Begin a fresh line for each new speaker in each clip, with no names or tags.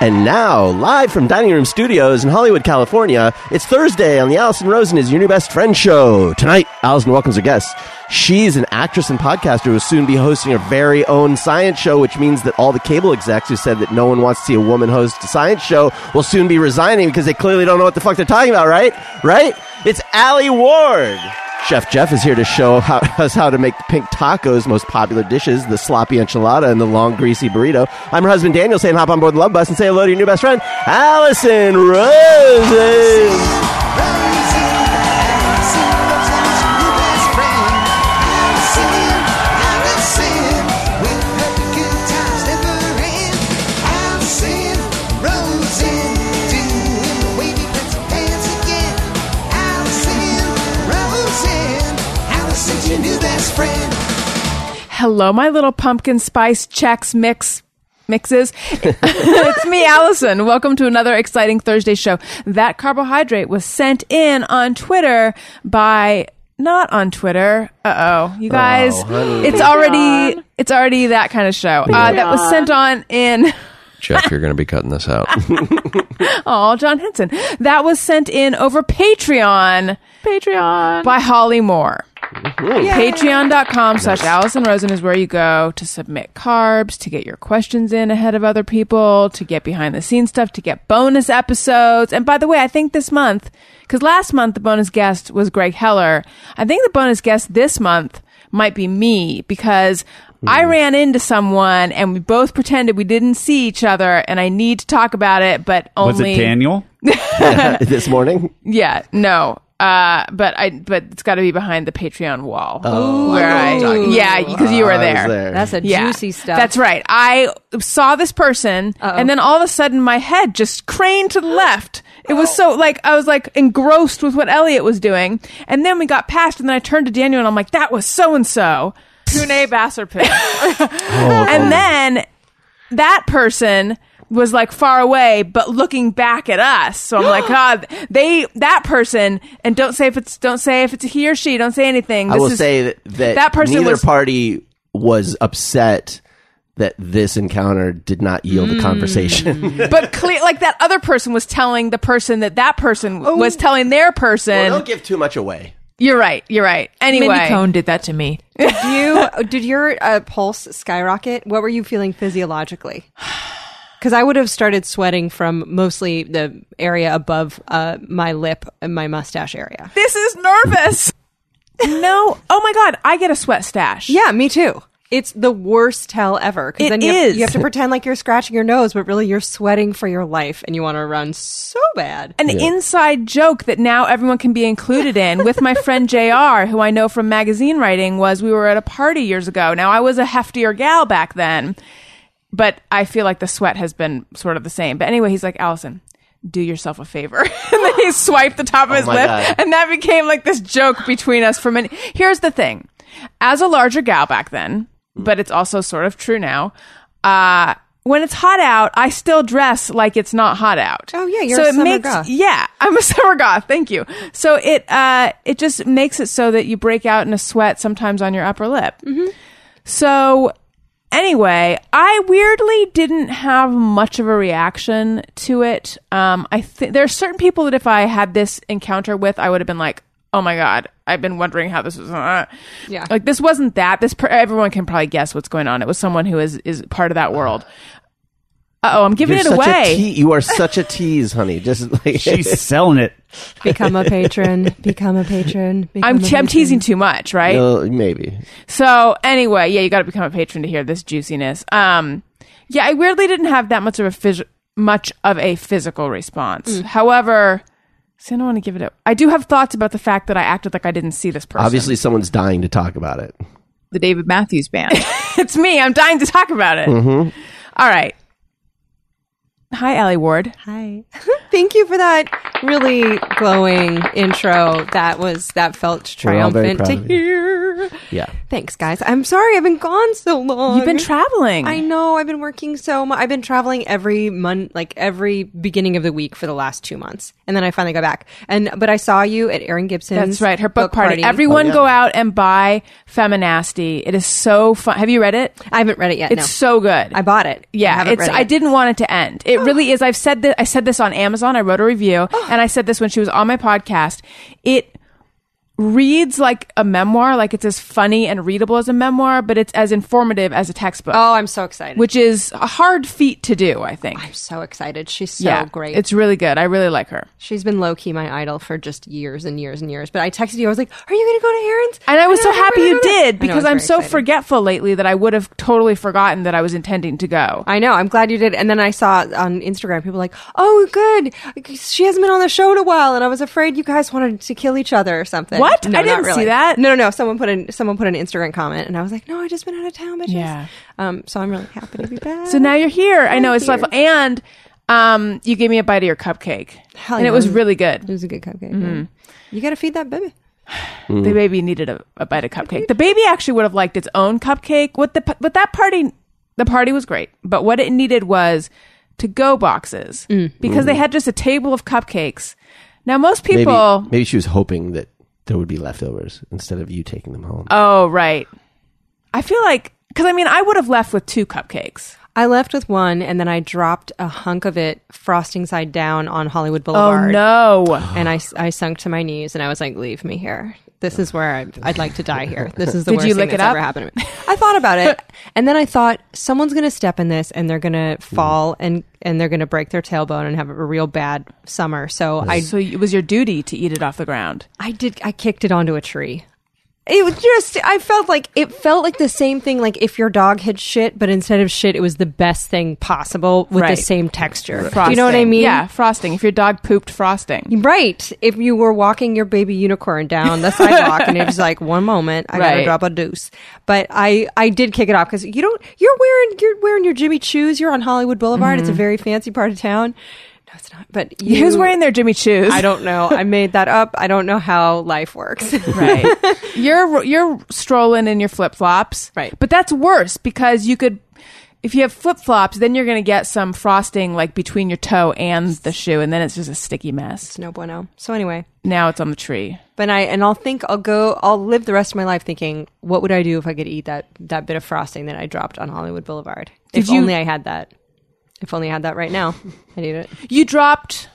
And now, live from Dining Room Studios in Hollywood, California, it's Thursday on the Allison Rosen is Your New Best Friend show. Tonight, Allison welcomes her guest. She's an actress and podcaster who will soon be hosting her very own science show, which means that all the cable execs who said that no one wants to see a woman host a science show will soon be resigning because they clearly don't know what the fuck they're talking about, right? Right? It's Allie Ward. Chef Jeff is here to show how, us how to make the pink tacos most popular dishes, the sloppy enchilada and the long greasy burrito. I'm her husband Daniel saying hop on board the love bus and say hello to your new best friend, Allison Rosen.
Hello, my little pumpkin spice checks mix mixes. it's me, Allison. Welcome to another exciting Thursday show. That carbohydrate was sent in on Twitter by not on Twitter. Uh oh, you guys,
Oh, honey.
it's already it's already that kind of show. Uh, that was sent on in.
Jeff, you're going to be cutting this out.
Oh, John Henson. That was sent in over Patreon
Patreon.
by Holly Moore.
Mm-hmm.
Patreon.com slash Allison Rosen is where you go to submit carbs, to get your questions in ahead of other people, to get behind the scenes stuff, to get bonus episodes. And by the way, I think this month, because last month the bonus guest was Greg Heller, I think the bonus guest this month might be me because
Hmm.
I ran into someone and we both pretended we didn't see each other and I need to talk about it, but only
Was it Daniel?
this morning?
yeah, no. Uh, but I but it's got to be behind the Patreon wall. Oh, where I, yeah, because you were
I
there.
was there.
That's a
Yeah.
juicy stuff.
That's right. I saw this person, and then all of a sudden, my head just craned to the left. It was so like I was like engrossed with what Elliot was doing, and then we got past, and then I turned to Daniel, and I'm like, "That was so and so." Pune Basserpin.
Oh,
and then that person was like far away but looking back at us so i'm like god they that person and don't say if it's don't say if it's a he or she don't say anything
I
This
will
is-
say that, that,
that person
neither
was-
party was upset that this encounter did not yield
Mm.
a conversation.
but clear like that other person was telling the person that that person was telling their person
don't give too much away.
you're right you're right anyway
Mindy Cohn did that to me.
Do you did your uh, pulse skyrocket? What were you feeling physiologically? Because I would have started sweating from mostly the area above uh, my lip and my mustache area.
this is nervous no oh my god i get a sweat stash
Yeah, me too. It's the worst hell ever.
It
Because then you have-
is.
you have to pretend like you're scratching your nose, but really you're sweating for your life and you want to run so bad.
an inside joke that now everyone can be included in with my friend JR, who I know from magazine writing, was we were at a party years ago. Now, I was a heftier gal back then, but I feel like the sweat has been sort of the same. But anyway, he's like, Allison, do yourself a favor. and then he swiped the top of his
Oh my
lip,
God.
and that became like this joke between us for a minute. Here's the thing as a larger gal back then,
Mm.
but it's also sort of true now. Uh, when it's hot out, I still dress like it's not hot out.
Oh, yeah, you're
so
a
it
summer
makes
goth.
yeah, I'm a summer goth. Thank you. So it uh, it just makes it so that you break out in a sweat sometimes on your upper lip.
Mm-hmm.
So anyway, I weirdly didn't have much of a reaction to it. Um, I think there are certain people that if I had this encounter with, I would have been like, "Oh my god, I've been wondering how this was." Uh.
Yeah.
like this wasn't that. This per- everyone can probably guess what's going on. It was someone who is is part of that world. Uh oh, I'm giving
You're
it
such
away.
A te- you are such a tease, honey. Just like
She's selling it.
Become a patron. Become a patron. Become
I'm,
a
I'm
patron.
teasing too much, right?
Uh, maybe.
So anyway, yeah, you got to become a patron to hear this juiciness. Um, yeah, I weirdly didn't have that much of a phys- much of a physical response.
Mm.
However, see, I don't want to give it up. I do have thoughts about the fact that I acted like I didn't see this person.
Obviously, someone's dying to talk about it.
The David Matthews Band.
it's me. I'm dying to talk about it. All right. Hi, Allie Ward.
Hi. Thank you for that really glowing intro. That was that felt
We're all very
triumphant to
proud of you.
hear.
Yeah.
Thanks, guys. I'm sorry I've been gone so long.
You've been traveling.
I know. I've been working so much. I've been traveling every month, like every beginning of the week for the last two months, and then I finally got back. And but I saw you at Erin Gibson's.
That's right. Her book, party. Everyone go out and buy Feminasty. It is so fun. Have you read it?
I haven't read it yet.
It's
no.
so good.
I bought it. I
Yeah,
haven't
it's.
read it
I
yet.
didn't want it to end. It really is. I've said that. I said this on Amazon. I wrote a review,
Oh.
and I said this when she was on my podcast. It reads like a memoir. Like it's as funny and readable as a memoir, but it's as informative as a textbook,
Oh, I'm so excited.
which is a hard feat to do. I think.
I'm so excited. She's so great.
It's really good. I really like her.
She's been low key my idol for just years and years and years. But I texted you. I was like, "Are you going to go to Aaron's?"
And I was so
don't know
happy
where to
you
go. I know,
did because
it's
I'm
very
so
exciting.
forgetful lately that I would have totally forgotten that I was intending to go.
I know. I'm glad you did. And then I saw on Instagram people like, "Oh, good. She hasn't been on the show in a while." And I was afraid you guys wanted to kill each other or something.
What?
No,
I didn't
not really.
see that.
No, no, no. Someone put in someone put an Instagram comment, and I was like, "No, I just been out of town, bitches."
Yeah.
Um. So I'm really happy to be back.
So now you're here. I know it's
Thank
delightful. And um, you gave me a bite of your cupcake,
Hell
and it
yeah. Mm-hmm.
was really
it
good.
was a good
Mm-hmm.
cupcake. yeah. You got to feed that baby.
The baby needed a, a bite of cupcake. The baby actually would have liked its own cupcake. What the what that party the party was great, but what it needed was to go boxes
Mm.
because they had just a table of cupcakes. Now most
Maybe,
people,
maybe she was hoping that there would be leftovers instead of you taking them home.
oh right, I feel like because I mean I would have left with two cupcakes.
I left with one, and then I dropped a hunk of it frosting side down on Hollywood
Oh
Boulevard.
no.
and I, I sunk to my knees and I was like, leave me here. This is where I'd, I'd like to die here. This is the
Did
worst
you
thing
lick it
that's ever
up?
happened to me. I thought about it, and then I thought someone's going to step in this and they're going to fall and and they're going to break their tailbone and have a real bad summer. So I
So it was your duty to eat it off the ground.
I did I kicked it onto a tree. It was just I felt like it felt like the same thing like if your dog had shit, but instead of shit, it was the best thing possible with
Right.
the same texture. Do
Frosting.
You know what I mean?
Yeah, frosting. If your dog pooped frosting.
Right. If you were walking your baby unicorn down the sidewalk and it was like, one moment, I
Right.
gotta drop a deuce. But I, I did kick it off because you don't, you're wearing, you're wearing your Jimmy Choo's. You're on Hollywood Boulevard.
Mm-hmm.
It's a very fancy part of town. No, it's not. But you,
Who's wearing their Jimmy Choos?
I don't know. I made that up. I don't know how life works.
Right. you're you're strolling in your flip flops.
Right.
But that's worse because you could, if you have flip flops, then you're going to get some frosting like between your toe and the shoe, and then it's just a sticky mess.
no bueno. So anyway,
Now it's on the tree.
but I, and I'll think, I'll go, I'll live the rest of my life thinking, what would I do if I could eat that, that bit of frosting that I dropped on Hollywood Boulevard?
Did
if
you-
only I had that. If only I had that right now. I'd eat it.
You dropped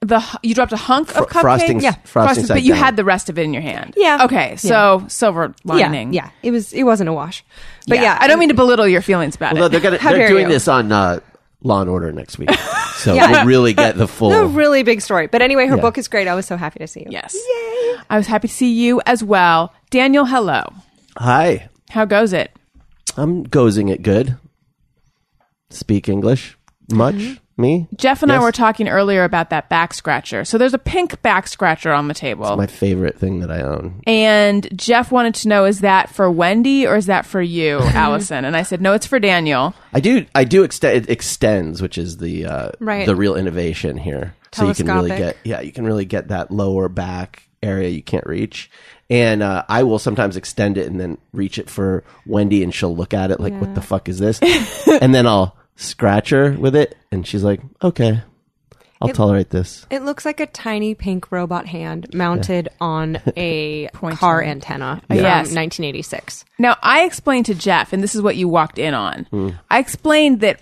the you dropped a hunk of cupcake.
frosting- Yeah. frosting side
but you
down.
had the rest of it in your hand.
Yeah.
Okay. So silver lining.
Yeah, yeah. It was it wasn't a wash. But yeah,
I don't mean to belittle your feelings about
Although
it.
they're, gonna,
How
they're
dare
doing
you.
this on uh, Law and Order next week, so
Yeah.
we'll really get the full.
a really big story. But anyway, her
Yeah.
book is great. I was so happy to see you.
Yes. I was happy to see you as well. Daniel, hello.
Hi,
How goes it?
I'm gozing it good. Speak English much? Me?
Mm-hmm. Jeff and I
Yes.
were talking earlier about that back scratcher. So there's a pink back scratcher on the table.
My favorite thing that I own.
and Jeff wanted to know is that for Wendy or is that for you, Allison? And I said, no, it's for Daniel.
I do. I do extend. It extends, which is the uh,
Right.
the real innovation here. So you can really get.
Telescopic.
Yeah, you can really get that lower back area you can't reach, and uh, I will sometimes extend it and then reach it for Wendy, and she'll look at it like, "What the fuck is this?" and then I'll scratch her with it, and she's like, "Okay, I'll tolerate this."
It looks like a tiny pink robot hand mounted on a car antenna from
Yes.
1986.
Now, I explained to Jeff, and this is what you walked in on.
Hmm.
I explained that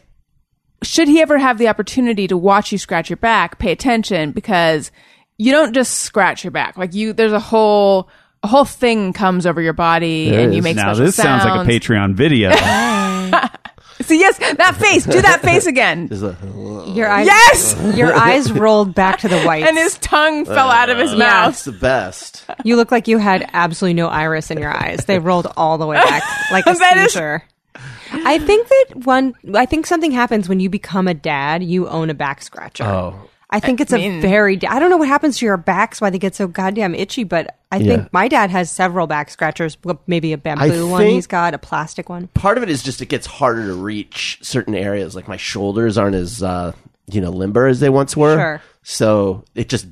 should he ever have the opportunity to watch you scratch your back, pay attention because you don't just scratch your back. Like you, there's a whole a whole thing comes over your body,
There
and you
is.
make
Now
special
this sounds like a
sounds.
Patreon video.
So yes, that face. Do that face again.
It's like,
Your eyes,
Yes.
your eyes rolled back to the white,
And his tongue fell out of his
That's
mouth.
the best.
you look like you had absolutely no iris in your eyes. They rolled all the way back like a
That is-
seizure. I think that one. I think something happens when you become a dad. You own a back scratcher.
Oh.
I think it's a very. da- I don't know what happens to your backs, why they get so goddamn itchy, but I
Yeah.
think my dad has several back scratchers, but maybe a bamboo one
think-
he's got, a plastic one.
part of it is just it gets harder to reach certain areas. Like my shoulders aren't as uh, you know limber as they once were.
Sure.
So it just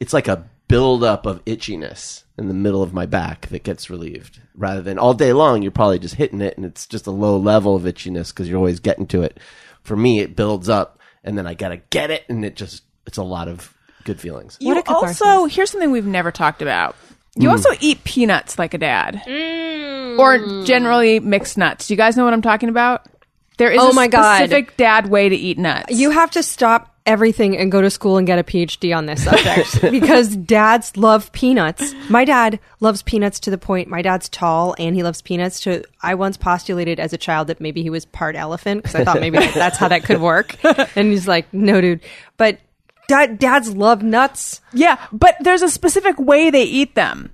it's like a buildup of itchiness in the middle of my back that gets relieved rather than all day long you're probably just hitting it and it's just a low level of itchiness because you're always getting to it for me it builds up and then i gotta get it and it just it's a lot of good feelings
You
a catharsis.
also here's something we've never talked about. You also eat peanuts like a dad,
Mm.
or generally mixed nuts. Do you guys know what I'm talking about? There is
Oh
a
my God.
specific dad way to eat nuts.
You have to stop everything and go to school and get a PhD on this subject because dads love peanuts. My dad loves peanuts to the point my dad's tall and he loves peanuts to I once postulated as a child that maybe he was part elephant because I thought maybe like, that's how that could work. And he's like, "No, dude." But dad, dads love nuts.
yeah, but there's a specific way they eat them.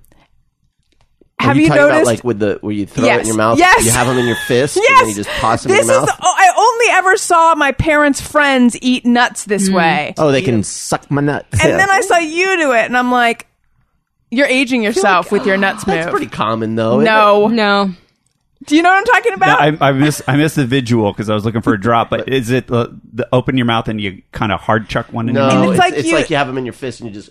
Have
Are
you,
talking
noticed?
about like with the where you throw it in
Yes.
your mouth
Yes.
you have them in your fist and
yes,
then you just toss them
this
in your mouth
is. Oh, I only ever saw my parents' friends eat nuts
Hmm.
this way.
oh they can suck my nuts
And then I saw you do it, and I'm like, you're aging yourself with your nuts move.
that's pretty common though isn't it?
no.
No.
Do you know what I'm talking
No,
about?
I, I miss I miss the visual because I was looking for a drop. But is it uh, the open your mouth and you kind of hard chuck one in? your
no
mouth?
it's
it's,
like
it's
you-
like you have them in your fist and you just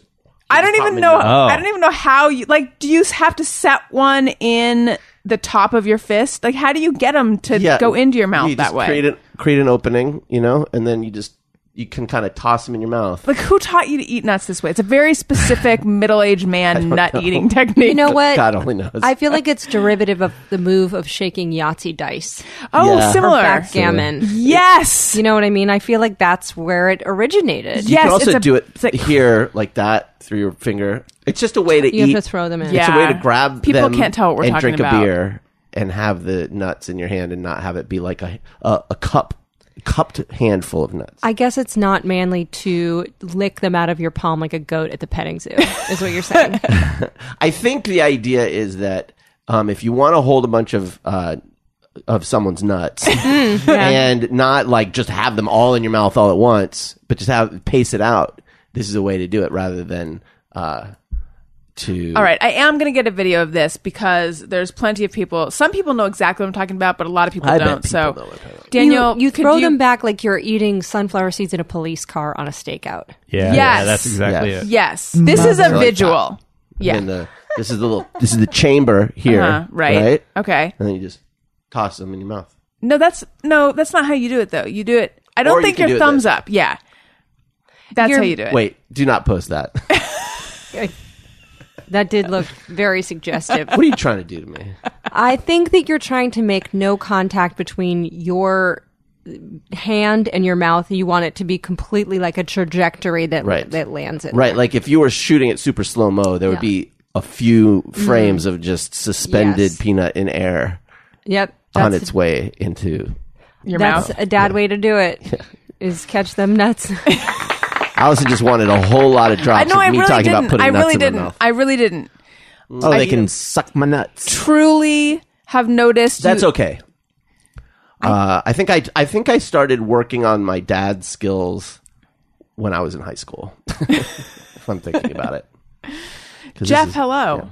I don't
just pop
even
'em in
know.
your mouth.
Oh.
I don't even know how you like. Do you have to set one in the top of your fist? Like, how do you get them to go into your mouth
you
that
just
way?
Create an create an opening, you know, and then you just you can kind of toss them in your mouth.
like, who taught you to eat nuts this way? It's a very specific middle-aged man nut eating technique.
You know what?
God only knows.
I feel like it's derivative of the move of shaking Yahtzee dice
oh,
Yeah.
or
similar.
backgammon.
Yes.
You know what I mean? I feel like that's where it originated.
you
yes.
can also
it's a-
do it
it's like-
here like that through your finger. It's just a way to
You
eat.
have to throw them in.
It's
Yeah.
a way to grab
People
them
can't tell what we're
and
talking
drink
about.
a beer and have the nuts in your hand and not have it be like a a, a cup cupped handful of nuts.
I guess it's not manly to lick them out of your palm like a goat at the petting zoo, is what you're saying.
I think the idea is that um, if you want to hold a bunch of uh, of someone's nuts
Mm-hmm.
and not like just have them all in your mouth all at once, but just have pace it out. This is a way to do it rather than uh, to.
All right, I am going to get a video of this because there's plenty of people. Some people know exactly what I'm talking about, but a lot of people
I bet
don't.
people
so,
know what I'm talking about.
Daniel,
you, you
could
throw
you-
them back like you're eating sunflower seeds in a police car on a stakeout.
Yeah,
Yes.
yeah, that's exactly
Yes.
it.
Yes,
Mm-hmm.
this is a
Mother-
visual. Yeah,
And uh, the, this is the little. This is the chamber here,
Uh-huh, right.
Right.
Okay.
And then you just toss them in your mouth.
No, that's no, that's not how you do it though. You do it. I don't
Or you
think
can do
your
it
thumbs
this.
up. Yeah, that's how you do it.
Wait, do not post that. what
That did look very suggestive.
are you trying to do to me?
I think that you're trying to make no contact between your hand and your mouth. You want it to be completely like a trajectory that
Right.
that lands it.
Right, like if you were shooting it super slow mo, there would be a few
Mm-hmm.
frames of just suspended
Yes.
peanut in air
Yep.
on
That's-
its way into.
Your
that's
mouth.
a dad way to do it. Is catch them nuts.
Allison just wanted a whole lot of drops
I know.
of
I
me
really
talking about
didn't.
putting
I
nuts
really
in my
didn't.
mouth.
I really didn't.
oh, they can suck my nuts.
Truly have noticed.
That's
you,
okay. Uh, I think I I think I started working on my dad's skills when I was in high school. if I'm thinking about it, 'Cause this
Jeff.
is-
hello.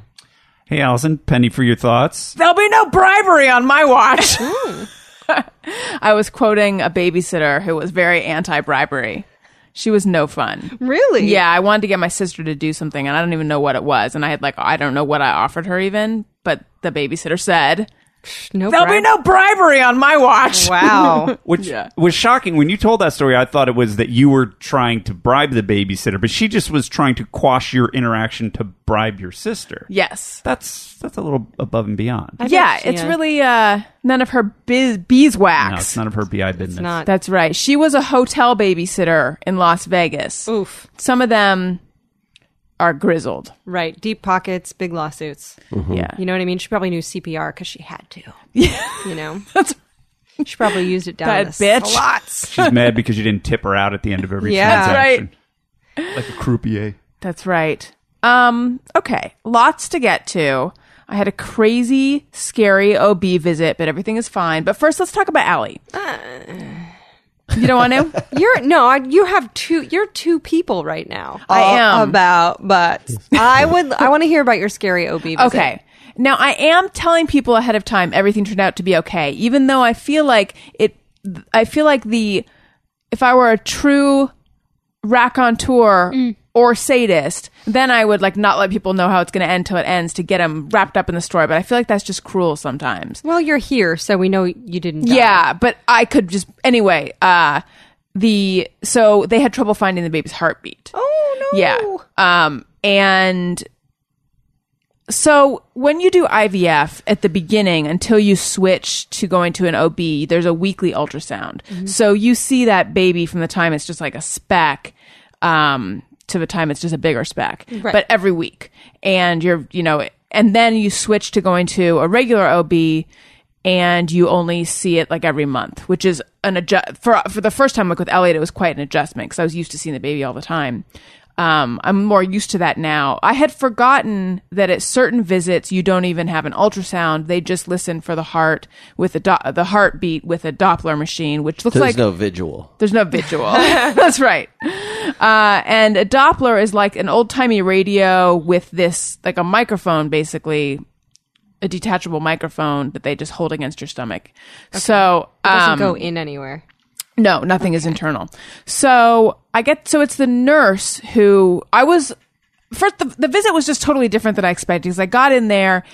Hey, Allison, penny for your thoughts.
There'll be no bribery on my watch. I was quoting a babysitter who was very anti-bribery. She was no fun.
really?
Yeah, I wanted to get my sister to do something, and I don't even know what it was. And I had like, I don't know what I offered her even, but the babysitter said,
No
"There'll be
bribe.
no bribery on my watch."
Wow.
Which was shocking when you told that story. I thought it was that you were trying to bribe the babysitter, but she just was trying to quash your interaction to bribe your sister.
Yes.
That's that's a little above and beyond.
yeah,
bet-
it's
yeah.
really uh, none of her biz- beeswax.
No, it's none of her bi business.
Not
That's right. She was a hotel babysitter in Las Vegas.
Oof.
Some of them are grizzled.
Right. Deep pockets, big lawsuits.
Yeah.
Mm-hmm. You know what I mean? She probably knew CPR because she had to. You know?
That's-
She probably used it down
That
to s-
bitch.
a lot.
She's mad because you didn't tip her out at the end of every
Yeah. That's
transaction. Right. Like a croupier.
That's right. Um, okay. Lots to get to. I had a crazy, scary OB visit, but everything is fine. But first, let's talk about Allie.
Uh.
You don't want to?
You're no, I, you have two. You're two people right now.
I
All
am.
about, but I would. I want to hear about your scary OB. Visit.
Okay. Now I am telling people ahead of time everything turned out to be okay, even though I feel like it. I feel like the if I were a true raconteur or sadist, then I would like not let people know how it's going to end till it ends to get them wrapped up in the story. But I feel like that's just cruel sometimes.
Well, you're here, so we know you didn't. die.
Yeah, but I could just anyway. Uh, the so they had trouble finding the baby's heartbeat.
Oh no.
Yeah. Um, and so when you do IVF at the beginning until you switch to going to an OB, there's a weekly ultrasound.
Mm-hmm.
So you see that baby from the time it's just like a speck um, to the time it's just a bigger speck, but every week. And you're, you know, and then you switch to going to a regular OB and you only see it like every month, which is an adjust for for the first time. Like with Elliot, it was quite an adjustment because I was used to seeing the baby all the time. Um, I'm more used to that now. I had forgotten that at certain visits you don't even have an ultrasound; they just listen for the heart with a do- the heartbeat with a Doppler machine, which looks
There's
like
no visual.
there's no visual. That's right. Uh, and a Doppler is like an old timey radio with this, like a microphone, basically, a detachable microphone that they just hold against your stomach. So
It doesn't
um,
go in anywhere.
no, nothing is internal. So I get so it's the nurse who I was first. The, the visit was just totally different than I expected because I got in there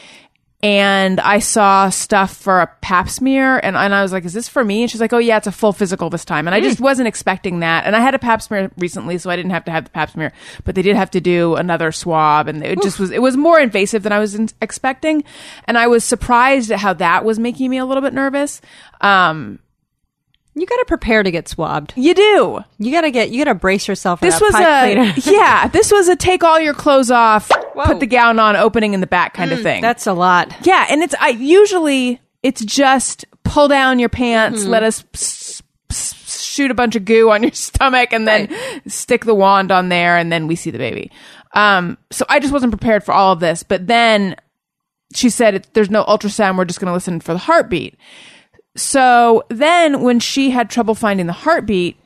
and I saw stuff for a pap smear and, and I was like, "Is this for me?" And she's like, "Oh yeah, it's a full physical this time." And I just wasn't expecting that. And I had a pap smear recently, so I didn't have to have the pap smear, but they did have to do another swab, and it just was it was more invasive than I was in- expecting. And I was surprised at how that was making me a little bit nervous. Um,
You got to prepare to get swabbed.
you do.
You got to get. You got to brace yourself. for
This
that
was
pipe
a
cleaner.
yeah. This was a take all your clothes off, put the gown on, opening in the back kind of thing.
Mm, That's a lot.
yeah, and it's I usually it's just pull down your pants,
Mm-hmm.
let us s- s- s- shoot a bunch of goo on your stomach, and then stick the wand on there, and then we see the baby. Um, so I just wasn't prepared for all of this, but then she said, "It- "There's no ultrasound. We're just going to listen for the heartbeat." So then, when she had trouble finding the heartbeat,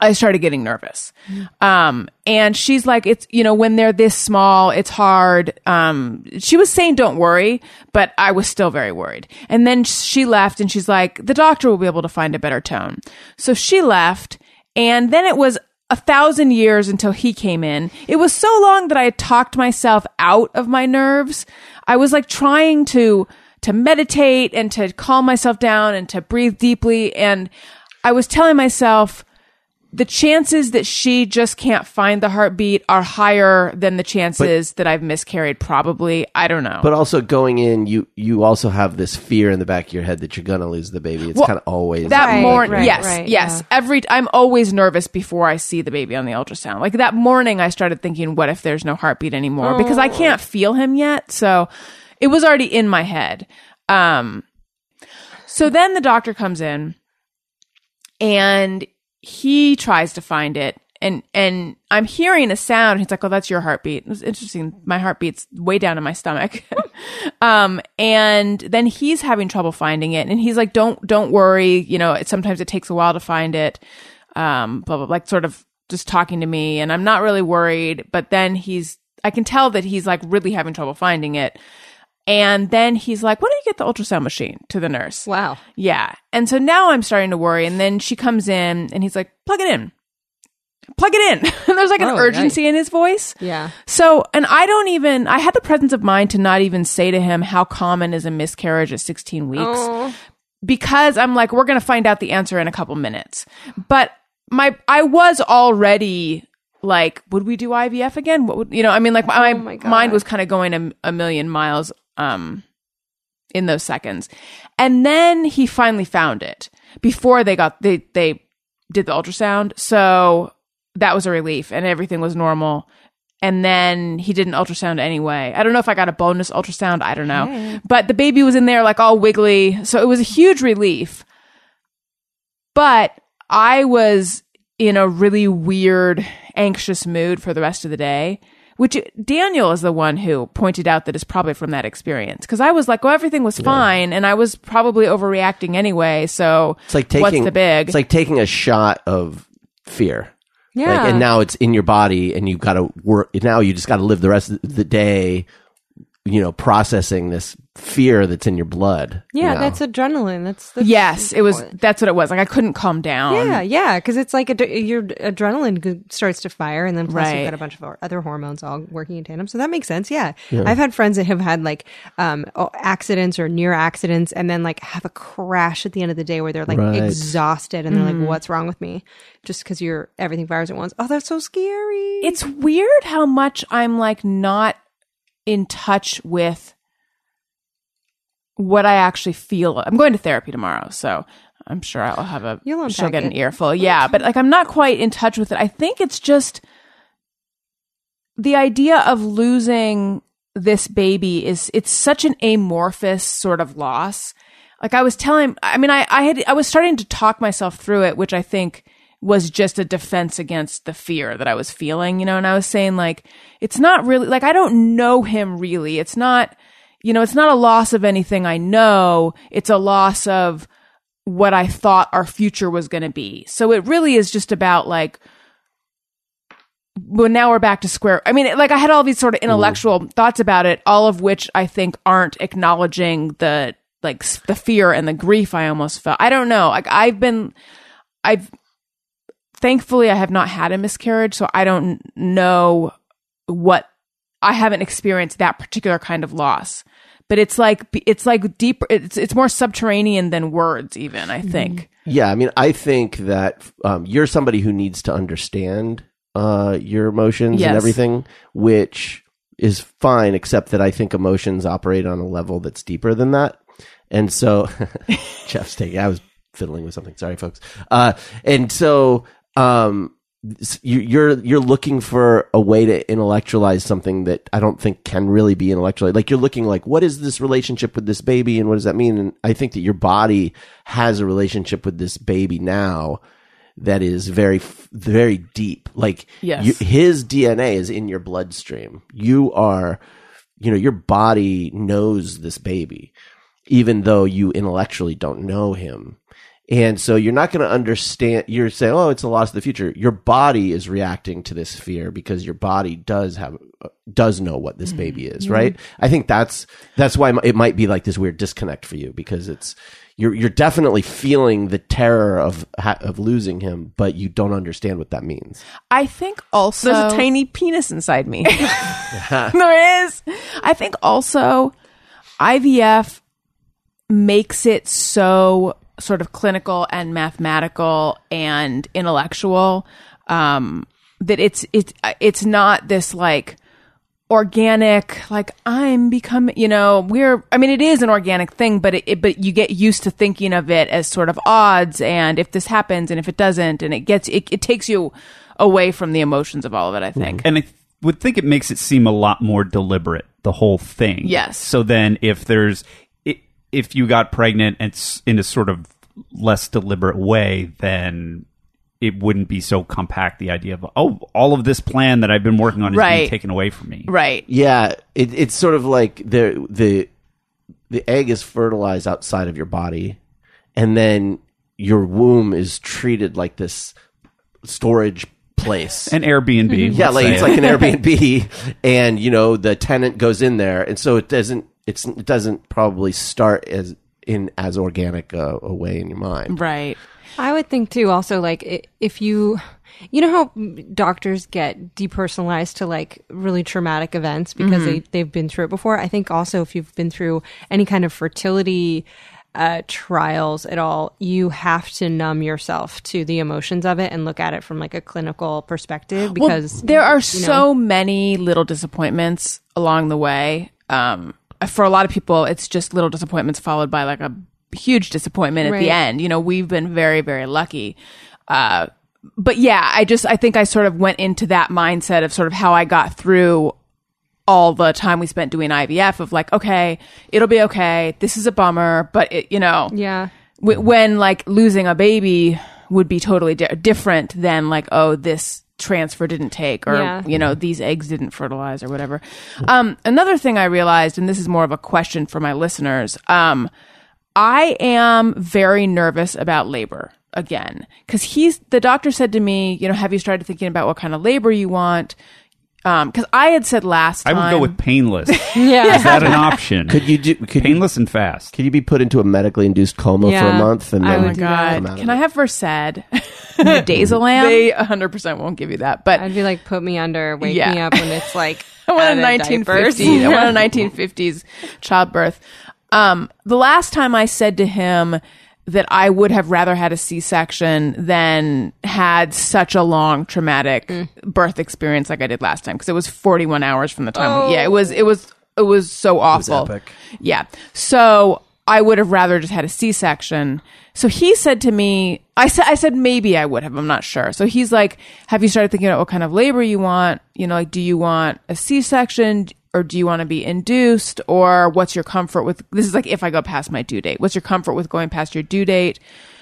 I started getting nervous. Um, and she's like, it's, you know, when they're this small, it's hard. Um, she was saying, don't worry, but I was still very worried. And then she left and she's like, the doctor will be able to find a better tone. So she left. And then it was a thousand years until he came in. It was so long that I had talked myself out of my nerves. I was like trying to, to meditate and to calm myself down and to breathe deeply. And I was telling myself, the chances that she just can't find the heartbeat are higher than the chances that I've miscarried. Probably, I don't know.
But also going in, you you also have this fear in the back of your head that you're gonna lose the baby. It's
Well,
kind of always
that
like
morning,
that.
yes,
right,
yes. Every I'm always nervous before I see the baby on the ultrasound. Like that morning, I started thinking, "What if there's no heartbeat anymore?" Because I can't
Oh.
feel him yet, so it was already in my head. Um, so then the doctor comes in, and he tries to find it, and and I'm hearing a sound. He's like, "Oh, that's your heartbeat." It was interesting. My heartbeat's way down in my stomach. um and then he's having trouble finding it and he's like don't don't worry you know it, sometimes it takes a while to find it um blah blah like sort of just talking to me and i'm not really worried but then he's i can tell that he's like really having trouble finding it and then he's like why don't you get the ultrasound machine to the nurse
Wow.
yeah. And so now I'm starting to worry. And then she comes in and he's like, plug it in. Plug it in. And there's like an
Oh,
urgency in his voice.
Yeah.
So, and I don't even, I had the presence of mind to not even say to him how common is a miscarriage at 16 weeks
Oh.
because I'm like, we're going to find out the answer in a couple minutes. But my, I was already like, would we do IVF again? What would, you know, I mean, like my,
Oh my God.
mind was kind of going a, a million miles, um, in those seconds. And then he finally found it before they got, they, they did the ultrasound. So that was a relief and everything was normal. And then he did an ultrasound anyway. I don't know if I got a bonus ultrasound. I don't know. But the baby was in there like all wiggly. So it was a huge relief. But I was in a really weird, anxious mood for the rest of the day, which Daniel is the one who pointed out that is probably from that experience. Cause I was like, well, everything was fine. And I was probably overreacting anyway. So
It's like taking
what's the big?
It's like taking a shot of fear.
Yeah.
Like, and now it's in your body, and you've got to work. Now you just got to live the rest of the day you know, processing this fear that's in your blood. you
Yeah,
know?
that's adrenaline. That's the
Yes, it was. That's what it was. Like I couldn't calm down.
Yeah, yeah, because it's like ad- your adrenaline g- starts to fire, and then plus
Right.
you've got a bunch of o- other hormones all working in tandem. So that makes sense. Yeah, I've had friends that have had like um, o- accidents or near accidents, and then like have a crash at the end of the day where they're like
Right.
exhausted, and
Mm-hmm.
they're like, "What's wrong with me?" Just because you're everything fires at once. Oh, that's so scary.
It's weird how much I'm like not in touch with what I actually feel. I'm going to therapy tomorrow, so I'm sure I'll have a
You'll
she'll
unpack
get an
it.
earful. Yeah, but like I'm not quite in touch with it. I think it's just the idea of losing this baby is it's such an amorphous sort of loss. Like I was telling I mean I I had I was starting to talk myself through it, which I think was just a defense against the fear that I was feeling, you know, and I was saying like it's not really like I don't know him really. It's not you know, it's not a loss of anything I know. It's a loss of what I thought our future was going to be. So it really is just about like well now we're back to square i mean like i had all these sort of intellectual thoughts about it all of which i think aren't acknowledging the like s- the fear and the grief i almost felt i don't know like i've been i've thankfully i have not had a miscarriage so i don't know what i haven't experienced that particular kind of loss but it's like it's like deeper it's it's more subterranean than words even i think
Yeah, I mean, I think that um, you're somebody who needs to understand uh, your emotions
Yes.
and everything, which is fine, except that I think emotions operate on a level that's deeper than that. And so, Jeff's taking, I was fiddling with something. Sorry, folks. Uh, and so, um, s- you, you're you're looking for a way to intellectualize something that I don't think can really be intellectualized. Like you're looking like, what is this relationship with this baby, and what does that mean? And I think that your body has a relationship with this baby now that is very f- very deep. Like
Yes.
you- his DNA is in your bloodstream. You are, you know, your body knows this baby, even though you intellectually don't know him. And so you're not going to understand. You're saying, "Oh, it's a loss of the future." Your body is reacting to this fear because your body does have uh, does know what this baby is, right? I think that's that's why it might be like this weird disconnect for you because it's you're you're definitely feeling the terror of ha- of losing him, but you don't understand what that means.
I think also
There's a
tiny penis inside me. there is. I think also IVF makes it so sort of clinical and mathematical and intellectual um, that it's it's it's not this like organic like i'm becoming you know we're i mean it is an organic thing but it, it but you get used to thinking of it as sort of odds and if this happens and if it doesn't and it gets it, it takes you away from the emotions of all of it i think
and I th- would think it makes it seem a lot more deliberate the whole thing
Yes.
so then if there's i- if you got pregnant and s- in a sort of less deliberate way then it wouldn't be so compact the idea of oh all of this plan that i've been working on is
Right.
being taken away from me
right
Yeah, it, it's sort of like the the the egg is fertilized outside of your body, and then your womb is treated like this storage place.
an airbnb
yeah,
let's
like
say.
it's like an Airbnb, and you know the tenant goes in there, and so it doesn't it's it doesn't probably start as in as organic a, a way in your mind.
right
I would think too. Also, like i- if you, you know how doctors get depersonalized to like really traumatic events
Mm-hmm.
because they they've been through it before. I think also if you've been through any kind of fertility uh, trials at all, you have to numb yourself to the emotions of it and look at it from like a clinical perspective because
well, there are so many little disappointments along the way. Um, for a lot of people, it's just little disappointments followed by like a huge disappointment at
Right.
the end. You know, we've been very, very lucky. Uh, but yeah, I just I think I sort of went into that mindset of sort of how I got through all the time we spent doing IVF of like, okay, it'll be okay. This is a bummer, but it, you know,
yeah.
w- when like losing a baby would be totally di- different than like oh this transfer didn't take or
Yeah.
you know these eggs didn't fertilize or whatever um another thing i realized and this is more of a question for my listeners um i am very nervous about labor again because he's the doctor said to me you know have you started thinking about what kind of labor you want because I had said last
I
time
would go with painless. Is
Yeah.
that an option?
Could you do? Could you,
painless and fast?
could you be put into a medically induced coma for a
Yeah.
month and
I
then
would do that.
come out of
God. Can
it?
I have Versed?
Dazalam.
They 100 percent won't give you that, but
I'd be like, put me under, wake
Yeah.
me up when it's like.
I want a
out of
1950s.
diapers.
I want a 1950s childbirth. Um, the last time I said to him that I would have rather had a C-section than had such a long traumatic birth experience like I did last time because it was 41 hours from the time. Yeah, it was. It was. It was so awful.
epic.
Yeah. So I would have rather just had a C-section. So he said to me, I said, I said, maybe I would have. I'm not sure. So he's like, have you started thinking about what kind of labor you want? You know, like, do you want a C-section or do you want to be induced or what's your comfort with, this is like, if I go past my due date, what's your comfort with going past your due date?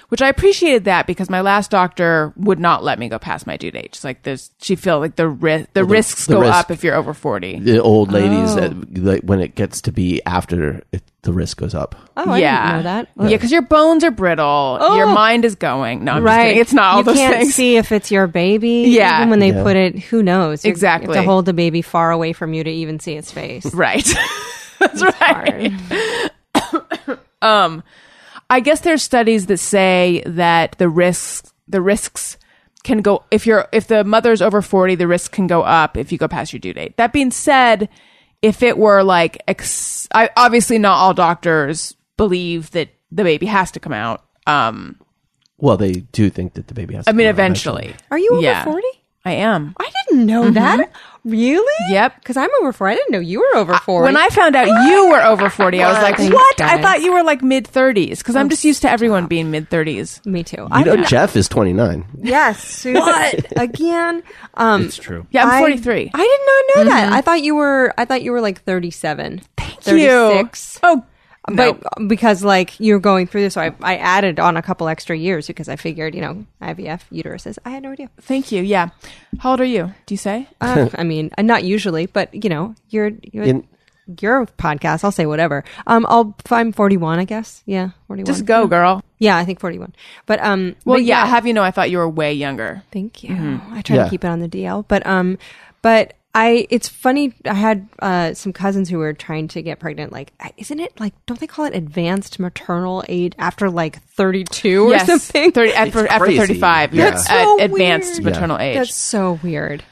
Which I appreciated that because my last doctor would not let me go past my due date. She's like, there's, she felt like the risk, the, risks
the
go
risk.
up if you're over 40.
the old ladies
Oh.
that like, when it gets to be after it, the risk goes up.
Oh, I
yeah.
didn't know that. Oh.
Yeah, because your bones are brittle. Your mind is going. No, I'm just kidding. It's not all
you
those
can't
things.
see if it's your baby.
Yeah.
Even when they
Yeah.
put it, who knows? You're- You
Exactly.
have to hold the baby far away from you to even see its face.
Right. That's right. um, I guess there's studies that say that the risks the risks can go if you're if the mother's over 40, the risk can go up if you go past your due date. That being said, if it were like ex- I, obviously not all doctors believe that the baby has to come out. Um,
Well, they do think that the baby has.
I mean, eventually.
Are you over
Yeah.
40?
I am.
I didn't know that. Really?
Yep.
Because I'm over 40. I didn't know you were over 40.
When I found out you were over 40, I was like,
Thanks,
what? I
guys.
thought you were like mid 30s because I'm just used to everyone being mid 30s.
Me too.
You
I
know,
did not-
Jeff is 29.
Yes. Susan. What? Again? Um,
It's true.
Yeah,
I-
I'm 43.
I, did not know that. I thought you were. I thought you were like thirty-seven. Mm-hmm. Thank thirty-six.
Oh, no.
But um, because like you're going through this, so I, I added on a couple extra years because I figured, you know, IVF uteruses. I had no idea.
thank you. Yeah. How old are you? Do you say?
Uh, I mean, uh, not usually, but you know, your your
In-
your podcast. I'll say whatever. Um, I'll I'm 41, I guess. Yeah, 41.
Just go, girl.
Yeah, I think 41. But um,
Well,
but
yeah, I have you know I thought you were way younger.
Thank you.
Mm-hmm.
I try
Yeah.
to keep it on the DL, but um, but I it's funny. I had uh, some cousins who were trying to get pregnant. Like, I- isn't it like don't they call it advanced maternal age after like thirty two or
yes.
something?
30, after, after
crazy.
35. You're
That's
at
so
advanced
weird.
maternal age.
That's so weird.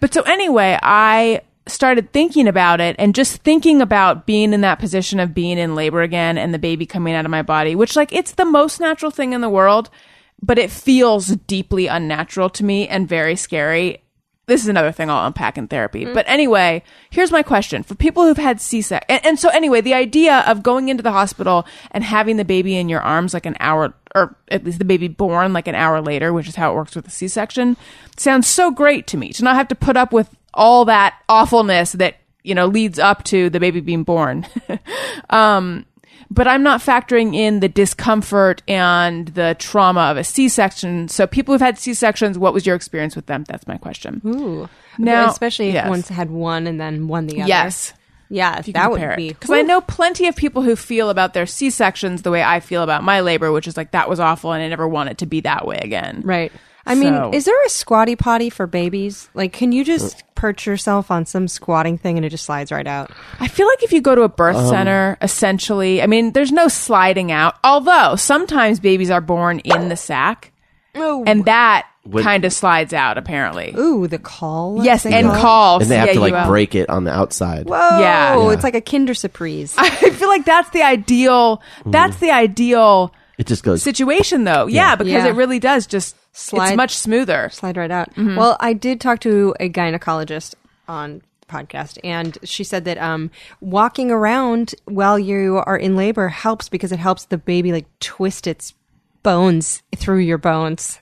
But so anyway, I started thinking about it and just thinking about being in that position of being in labor again and the baby coming out of my body, which like it's the most natural thing in the world, but it feels deeply unnatural to me and very scary. This is another thing I'll unpack in therapy. But anyway, here's my question for people who've had C-section. And, and so anyway, the idea of going into the hospital and having the baby in your arms like an hour or at least the baby born like an hour later, which is how it works with a C section, sounds so great to me to not have to put up with all that awfulness that, you know, leads up to the baby being born. um, but I'm not factoring in the discomfort and the trauma of a C section. So, people who've had C sections, what was your experience with them? That's my question.
Ooh,
Now-
especially if
yes.
one's had one and then one the other.
Yes.
yeah, that would be
because I know plenty of people who feel about their C sections the way I feel about my labor, which is like that was awful and I never want it to be that way again.
Right. I mean,
So-
is there a squatty potty for babies? Like, can you just perch yourself on some squatting thing and it just slides right out?
I feel like if you go to a birth center, essentially, I mean, there's no sliding out. Although sometimes babies are born in the sack, and that kind of slides out apparently.
Ooh, the call.
Yes,
They
and
call it?
call.
And they have to like
CAUL.
break it on the outside.
Whoa,
Yeah. Yeah.
it's like a Kinder surprise.
I feel like that's the ideal. That's the ideal
It just goes.
situation, though. Yeah, because
Yeah.
it really does just. It's
Slide.
much smoother.
Slide right out.
Mm-hmm.
Well, I did talk to a gynecologist on the podcast, and she said that um, walking around while you are in labor helps because it helps the baby like twist its bones through your bones.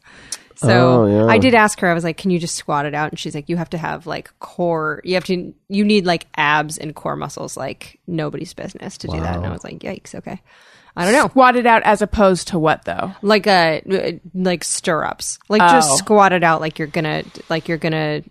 So
Oh, yeah.
I did ask her. I was like, "Can you just squat it out?" And she's like, "You have to have like core. You have to. You need like abs and core muscles like nobody's business to do that." And I was like, "Yikes! Okay, I don't know."
Squatted out as opposed to what though?
like a uh, like stirrups like
Oh.
just squat it out like you're gonna like you're gonna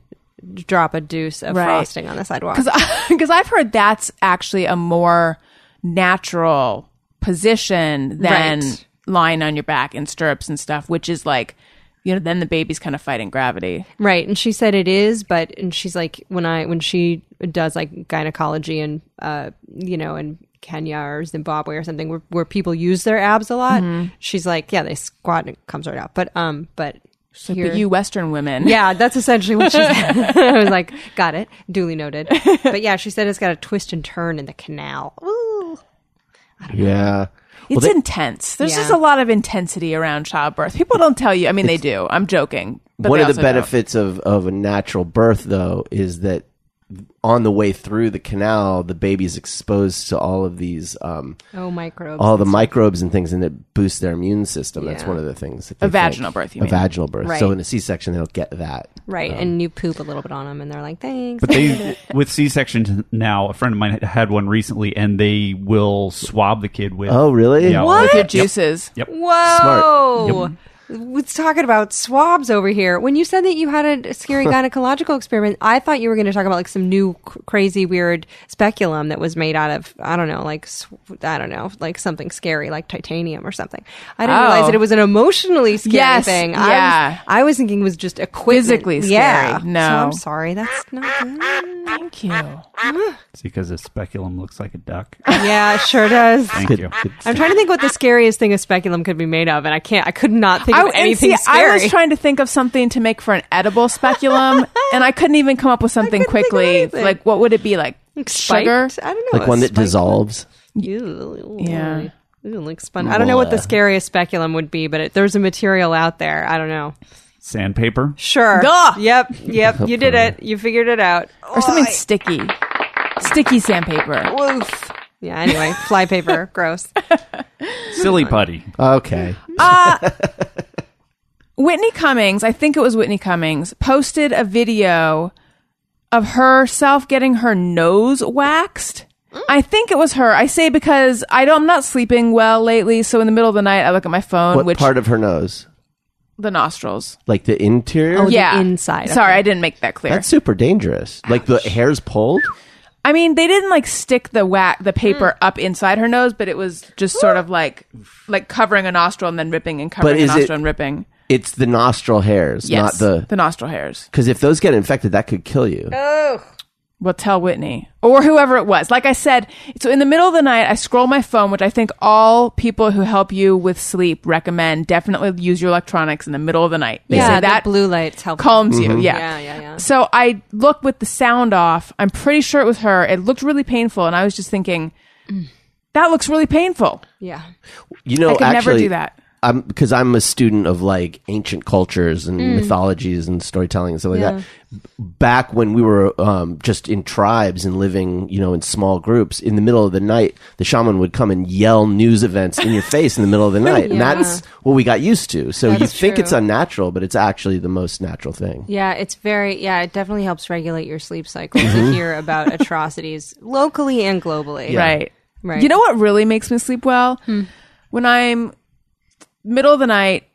drop a deuce of
Right.
frosting on the sidewalk
because I've heard that's actually a more natural position than
Right.
lying on your back in stirrups and stuff, which is like you know, then the baby's kind of fighting gravity.
Right, and she said it is, but and she's like when I when she does like gynecology and uh you know in Kenya or Zimbabwe or something where, where people use their abs a lot,
Mm-hmm.
she's like yeah they squat and it comes right out. But um but
So,
here-
but you Western women,
yeah that's essentially what she said. I was like got it duly noted. But yeah, she said it's got a twist and turn in the canal. Ooh.
Yeah.
it's
they-
intense. There's
Yeah.
just a lot of intensity around childbirth. People don't tell you. I mean, they do. I'm joking. But
One
they
of the
also don't.
benefits of, of a natural birth, though, is that on the way through the canal, the baby's exposed to all of these, um,
Oh microbes.
all the microbes and things, and it boosts their immune system. That's one of the things. That they
A vaginal
think-
birth, you
a
mean.
vaginal birth. So
Right.
in a C section, they'll get that.
Um,
right, and you poop a little bit on them, and they're like thanks.
But they, with C sections now, a friend of mine had one recently, and they will swab the kid with.
Oh, really?
Yeah,
with
with-
your juices.
Whoa. We're talking about swabs over here. When you said that you had a scary gynecological experiment, I thought you were going to talk about like some new cr- crazy weird speculum that was made out of I don't know, like sw- I don't know, like something scary like titanium or something. I didn't
Oh.
realize that it was an emotionally scary
Yes,
thing. I
yeah.
was, I was thinking it was just equipment.
Physically scary.
Yeah.
No.
So I'm sorry. That's not good.
Thank you.
It's because the speculum looks like a duck.
Yeah, it sure does.
Thank you.
I'm trying to think what the scariest thing a speculum could be made of, and I can't. I could not think of
and
anything
see,
scary.
I was trying to think of something to make for an edible speculum, and I couldn't even come up with something
couldn't think of
quickly.
anything.
Like, what would it be like?
Spiked?
Sugar?
I don't know.
Like one that dissolves.
Yeah.
Yeah. Like spun. I don't know what the scariest speculum would be, but it, there's a material out there. I don't know.
Sandpaper.
Sure.
Duh!
Yep. Yep. You did it. You figured it out.
Or something sticky, sticky sandpaper.
Woof. Yeah. Anyway, fly paper. Gross.
Silly putty.
Okay.
Whitney Cummings, I think it was Whitney Cummings, posted a video of herself getting her nose waxed. I think it was her. I say because I don't, I'm not sleeping well lately, so in the middle of the night I look at my phone,
What
which
part of her nose?
the nostrils.
Like the interior?
Oh, the
yeah,
inside,
Sorry,
okay.
I didn't make that clear.
That's super dangerous. Like the hair's pulled?
I mean, they didn't like stick the whack the paper
Mm.
up inside her nose, but it was just sort of like like covering a nostril and then ripping and covering a
is it-
nostril and ripping.
It's the nostril hairs, not
Yes,
the.
the nostril hairs.
Because if those get infected, that could kill you.
Well, tell Whitney or whoever it was. Like I said, so in the middle of the night, I scroll my phone, which I think all people who help you with sleep recommend. Definitely use your electronics in the middle of the night. They say
yeah.
that
That blue light's helpful.
calms you. Yeah.
Yeah, yeah, yeah.
So I look with the sound off. I'm pretty sure it was her. It looked really painful, and I was just thinking,
Mm.
that looks really painful.
yeah.
You know,
I could never
actually,
do that.
I'm because I'm a student of like ancient cultures and
Mm.
mythologies and storytelling and stuff like that. Back when we were um, just in tribes and living, you know, in small groups, in the middle of the night, the shaman would come and yell news events in your face in the middle of the night, and
Yeah.
that's what we got used to. So you
That's
think
true.
it's unnatural, but it's actually the most natural thing.
Yeah, it's very yeah, it definitely helps regulate your sleep cycle
Mm-hmm.
to hear about atrocities locally and globally.
Right.
Right. Hmm.
You know what really makes me sleep well? When I'm middle of the night,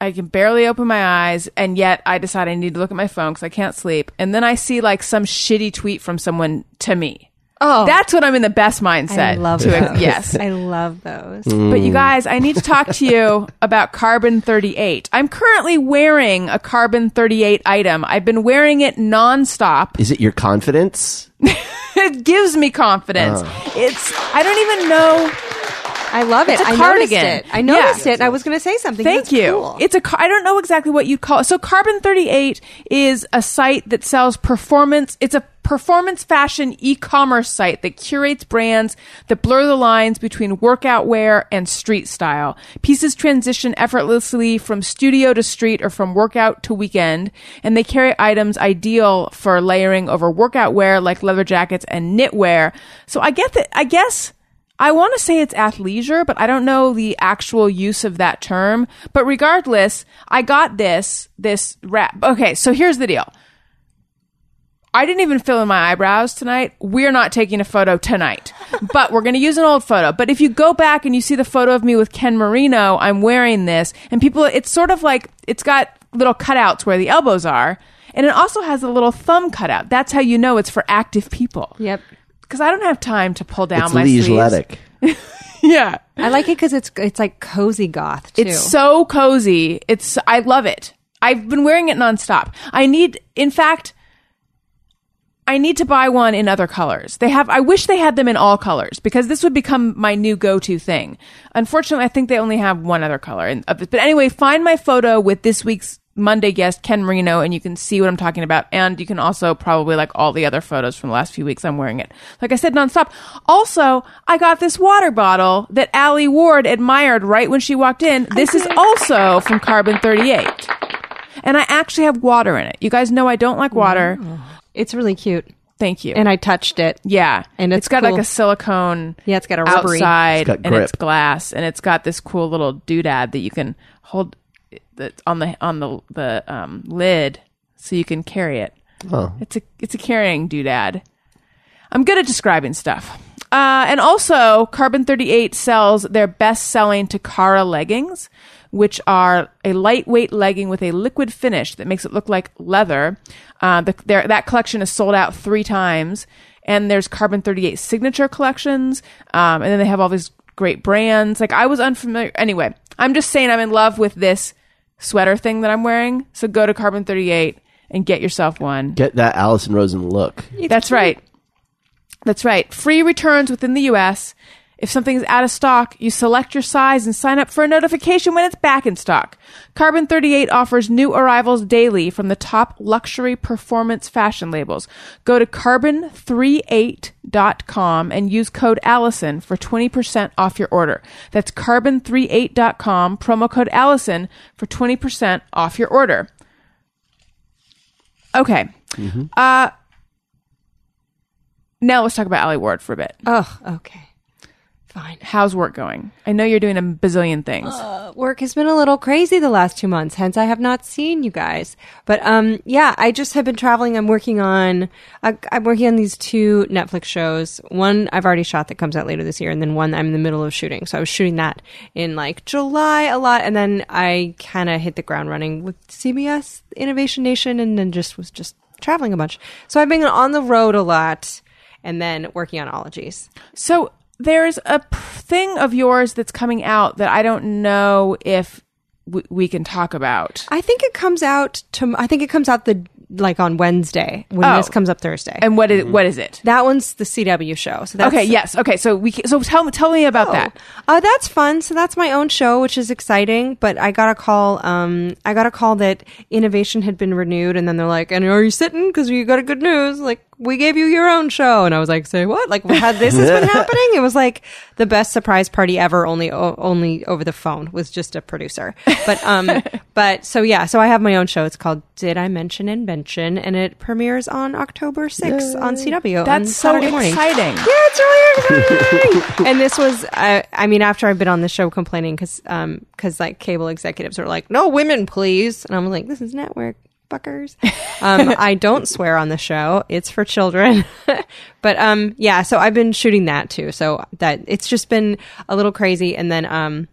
I can barely open my eyes, and yet I decide I need to look at my phone because I can't sleep. And then I see like some shitty tweet from someone to me.
Oh.
That's when I'm in the best mindset.
I love
to
those.
Yes.
I love those.
Mm-hmm.
But you guys, I need to talk to you about carbon 38. I'm currently wearing a carbon 38 item. I've been wearing it nonstop
Is it your confidence?
it gives me confidence. It's I don't even know.
I love
It's
it.
a
I
cardigan.
noticed it. I noticed
Yeah.
it. And I was going to say something.
Thank
That's
you.
cool.
It's a car- I don't know exactly what you'd call it. So Carbon 38 is a site that sells performance. It's a performance fashion e-commerce site that curates brands that blur the lines between workout wear and street style. Pieces transition effortlessly from studio to street or from workout to weekend, and they carry items ideal for layering over workout wear like leather jackets and knitwear. So I get that I guess I want to say it's athleisure, but I don't know the actual use of that term. But regardless, I got this this wrap. Okay, so here's the deal. I didn't even fill in my eyebrows tonight. We're not taking a photo tonight, but we're going to use an old photo. But if you go back and you see the photo of me with Ken Marino, I'm wearing this, and people, it's sort of like it's got little cutouts where the elbows are, and it also has a little thumb cutout. That's how you know it's for active people.
Yep.
Because I don't have time to pull down
It's
my sleeves.
legislatic.
Yeah.
I like it because it's it's like cozy goth too.
It's so cozy. It's I love it. I've been wearing it nonstop. I need, in fact, I need to buy one in other colors. They have, I wish they had them in all colors because this would become my new go to thing. Unfortunately, I think they only have one other color. in- of this. But anyway, find my photo with this week's Monday guest, Ken Marino, and you can see what I'm talking about. And you can also probably like all the other photos from the last few weeks. I'm wearing it. Like I said, nonstop. Also, I got this water bottle that Allie Ward admired right when she walked in. This is also from Carbon 38. And I actually have water in it. You guys know I don't like water.
It's really cute.
Thank you.
And I touched it.
Yeah,
And it's
it's got like
cool.
a silicone.
Yeah, it's got a rubbery-
outside
It's got
and it's
grip.
glass, and it's got this cool little doodad that you can hold that on the on the the um, lid, so you can carry it.
Oh.
It's a it's a carrying doodad. I'm good at describing stuff. Uh, and also, Carbon 38 sells their best selling Takara leggings, which are a lightweight legging with a liquid finish that makes it look like leather. Uh, the, their, that collection is sold out three times. And there's Carbon 38 signature collections. Um, and then they have all these great brands. Like, I was unfamiliar. Anyway, I'm just saying I'm in love with this sweater thing that I'm wearing. So go to Carbon 38 and get yourself one.
Get that Allison Rosen look.
That's right. That's right. Free returns within the US. If something is out of stock, you select your size and sign up for a notification when it's back in stock. Carbon 38 offers new arrivals daily from the top luxury performance fashion labels. Go to carbon38.com and use code Allison for 20% off your order. That's carbon38.com, promo code Allison for 20% off your order. Okay. Uh, now let's talk about Allie Ward for a bit.
Oh, okay. Fine.
How's work going? I know you're doing a bazillion things.
work has been a little crazy the last two months hence i have not seen you guys but um yeah i just have been traveling i'm working on I, i'm working on these two netflix shows one i've already shot that comes out later this year and then one i'm in the middle of shooting so i was shooting that in like july a lot and then i kind of hit the ground running with cbs innovation nation and then just was just traveling a bunch so i've been on the road a lot and then working on ologies
so there's a p- thing of yours that's coming out that I don't know if w- we can talk about.
I think it comes out to. I think it comes out the like on Wednesday when
Oh.
this comes up Thursday.
And what is-
Mm-hmm.
what is it?
that one's the CW show. So that's
okay. Yes. Okay. So we. Can, so tell me. Tell me about that.
Uh, that's fun. So that's my own show, which is exciting. But I got a call. Um, I got a call that Innovation had been renewed, and then they're like, "And are you sitting? Because you got a good news. Like we gave you your own show." And I was like, "Say what? Like how this has been happening?" It was like the best surprise party ever. Only o- only over the phone with just a producer. But um, but so yeah. So I have my own show. It's called Did I Mention Invention? And it premieres on October sixth on CW Oh, on
That's so
Saturday morning.
exciting.
Yeah, it's really exciting. and this was, I, I mean, after I've been on the show complaining because, because like cable executives are like, no women, please, and I'm like, this is network fuckers. Um, I don't swear on the show; it's for children. but um, yeah, so I've been shooting that too. So that it's just been a little crazy, and then um.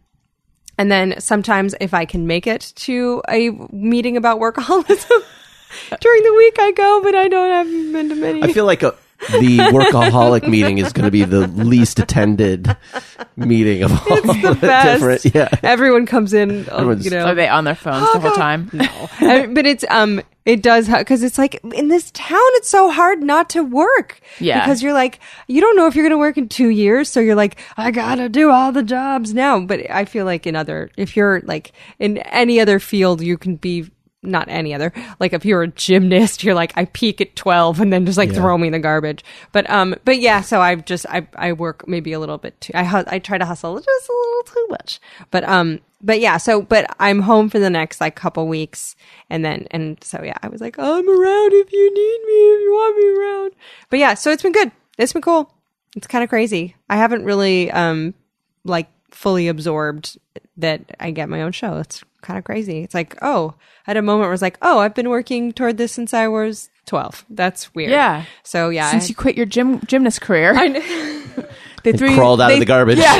And then sometimes, if I can make it to a meeting about workaholism during the week, I go. But I don't haven't been to many.
I feel like a, the workaholic meeting is going to be the least attended meeting of all
it's the
different.
best.
Yeah.
Everyone comes in, uh,
Everyone's-
you know.
Are they on their phones the whole time?
I- but it's um it does because it's like in this town it's so hard not to work
Yeah.
because you're like you don't know if you're gonna work in two years so you're like i gotta do all the jobs now but i feel like in other if you're like in any other field you can be not any other like if you're a gymnast you're like i peak at 12 and then just like throw me in the garbage but um but yeah so i've just i i work maybe a little bit too i hu- i try to hustle just a little too much but um but yeah, so but I'm home for the next like couple weeks, and then and so yeah, I was like, I'm around if you need me, if you want me around. But yeah, so it's been good. It's been cool. It's kind of crazy. I haven't really um like fully absorbed that I get my own show. It's kind of crazy. It's like oh, I had a moment where I was like, oh, I've been working toward this since I was twelve. That's weird.
Yeah.
So yeah,
Since
I-
you quit your gym gymnast career, they threw
crawled out of the garbage.
Yeah,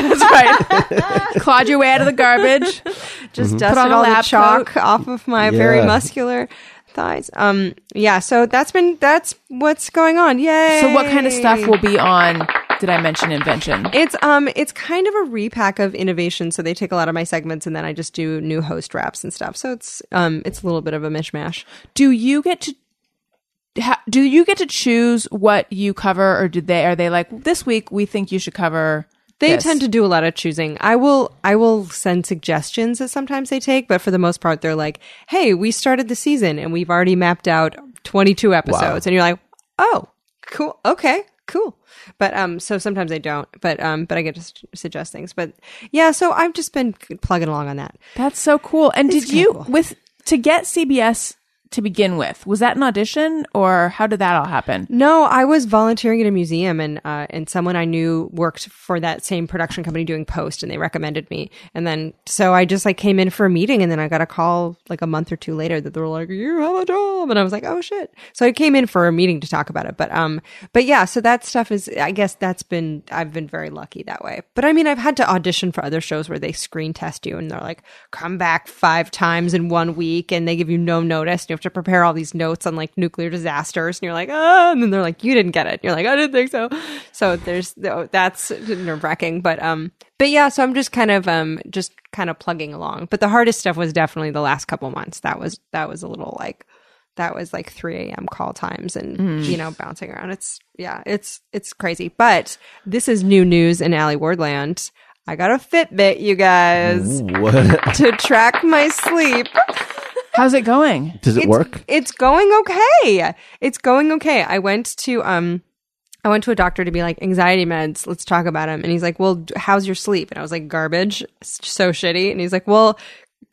that's right. Clawed your way out of the garbage.
just dusted
Mhm. Put on a
all the
lab
chalk off of my very
Yeah.
muscular thighs. Um, yeah. So that's been that's what's going on. Yay!
So, what kind of stuff will be on did I mention invention?
It's um it's kind of a repack of innovation, so they take a lot of my segments and then I just do new host wraps and stuff. So it's um it's a little bit of a mishmash.
Do you get to ha, do you get to choose what you cover, or did they are they like this week we think you should cover?
They
this."
tend to do a lot of choosing. I will I will send suggestions that sometimes they take, but for the most part they're like, "Hey, we started the season and we've already mapped out 22 episodes." And you're like, "Oh, cool. Okay, cool." But um so sometimes I don't, but um but I get to s- suggest things. But yeah, so I've just been plugging along on that.
That's so cool. And did
kinda
you
cool.
with to get CBS to begin with? Was that an audition, or how did that all happen?
No, I was volunteering at a museum, and uh, and someone I knew worked for that same production company doing post, and they recommended me. And then so I just like came in for a meeting, and then I got a call like a month or two later that they were like, "You have a job," and I was like, "Oh shit!" So I came in for a meeting to talk about it. But um, but yeah, so that stuff is, I guess that's been I've been very lucky that way. But I mean, I've had to audition for other shows where they screen test you, and they're like, "Come back five times in one week," and they give you no notice. And you have to prepare all these notes on like nuclear disasters, and you're like, "Ah," and then they're like, "You didn't get it." You're like, "I didn't think so." So there's that's nerve wracking, but um, but yeah, so I'm just kind of um, just kind of plugging along. But the hardest stuff was definitely the last couple months. That was that was a little like that was like 3 a.m. call times and you know bouncing around. It's yeah, it's it's crazy. But this is new news in Alley Wardland. I got a Fitbit, you guys,
What?
to track my sleep.
How's it going?
Does it
It's-
work?
It's going okay. It's going okay. I went to um I went to a doctor to be like anxiety meds. Let's talk about them. And he's like, "Well, d- how's your sleep?" And I was like, "Garbage. S- So shitty." And he's like, "Well,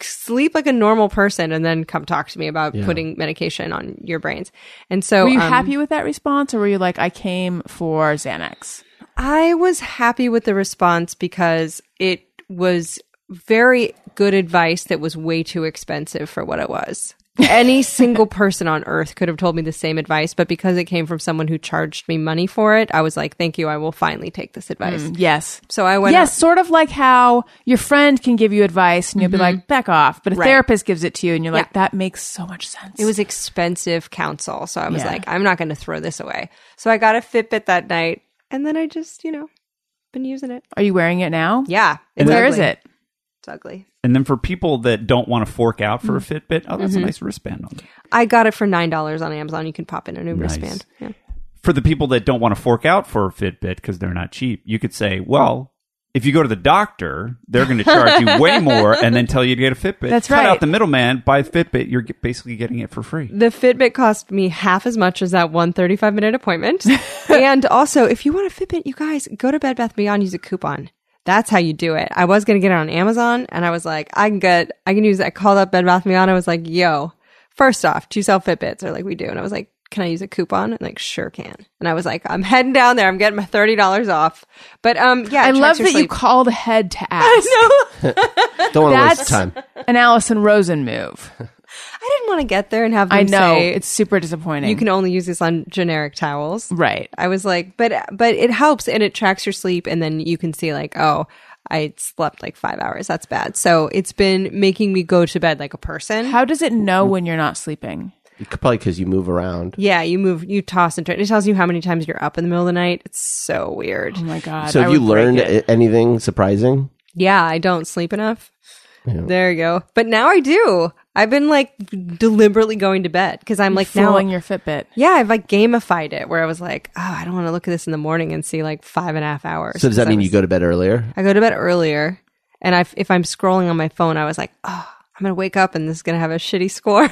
sleep like a normal person and then come talk to me about putting medication on your brains." And so
Were you
um,
happy with that response, or were you like, I came for Xanax?
I was happy with the response because it was very good advice that was way too expensive for what it was. Any single person on earth could have told me the same advice, but because it came from someone who charged me money for it, I was like, thank you, I will finally take this advice.
Yes.
So I went,
Mm. yes, sort of like how your friend can give you advice and you'll be like, back off. But a therapist gives it to you and you're like, that makes so much sense.
It was expensive counsel. So I was
Yeah.
like, I'm not going to throw this away. So I got a Fitbit that night and then I just, you know, been using it.
Are you wearing it now?
Yeah.
And Where is
ugly.
it?
It's ugly.
And then for people that don't want to fork out for a
Mm-hmm.
Fitbit, oh, that's a nice wristband on it.
I got it for $9 on Amazon. You can pop in a new
Nice.
wristband. Yeah.
For the people that don't want to fork out for a Fitbit because they're not cheap, you could say, well, if you go to the doctor, they're going to charge you way more and then tell you to get a Fitbit.
That's
Cut
right.
out the middleman, buy Fitbit, you're ge- basically getting it for free.
The Fitbit cost me half as much as that one 35 minute appointment. and also, if you want a Fitbit, you guys go to Bed Bath Beyond, use a coupon. That's how you do it. I was going to get it on Amazon and I was like, I can get, I can use, I called up Bed Bath Beyond. I was like, yo, first off, do you sell Fitbits? They're like, we do. And I was like, can I use a coupon? And like, sure can. And I was like, I'm heading down there. I'm getting my $30 off. But um, yeah, it
I
tracks
love
your
that you
sleep.
called ahead to ask.
Don't want to waste
That's-
time.
An Allison Rosen move.
I didn't want to get there and have them
I know.
say,
It's super disappointing.
you can only use this on generic towels.
Right.
I was like, but but it helps and it tracks your sleep, and then you can see like, oh, I slept like five hours. That's bad. So it's been making me go to bed like a person.
How does it
Mm.
know when you're not sleeping?
You could- Probably because you move around.
yeah, you move, you toss and turn. It tells you how many times you're up in the middle of the night. It's so weird.
Oh my God.
so
I
have you
would break
learned
it.
a- anything surprising?
Yeah, I don't sleep enough. There you go. But now I do. I've been like deliberately going to bed because I'm like now
Fooling your Fitbit.
yeah, I've like gamified it where I was like, oh, I don't want to look at this in the morning and see like five and a half hours.
So does that
I
mean
was-
you go to bed earlier?
I go to bed earlier, and I if I'm scrolling on my phone, I was like, oh, I'm gonna wake up and this is gonna have a shitty score.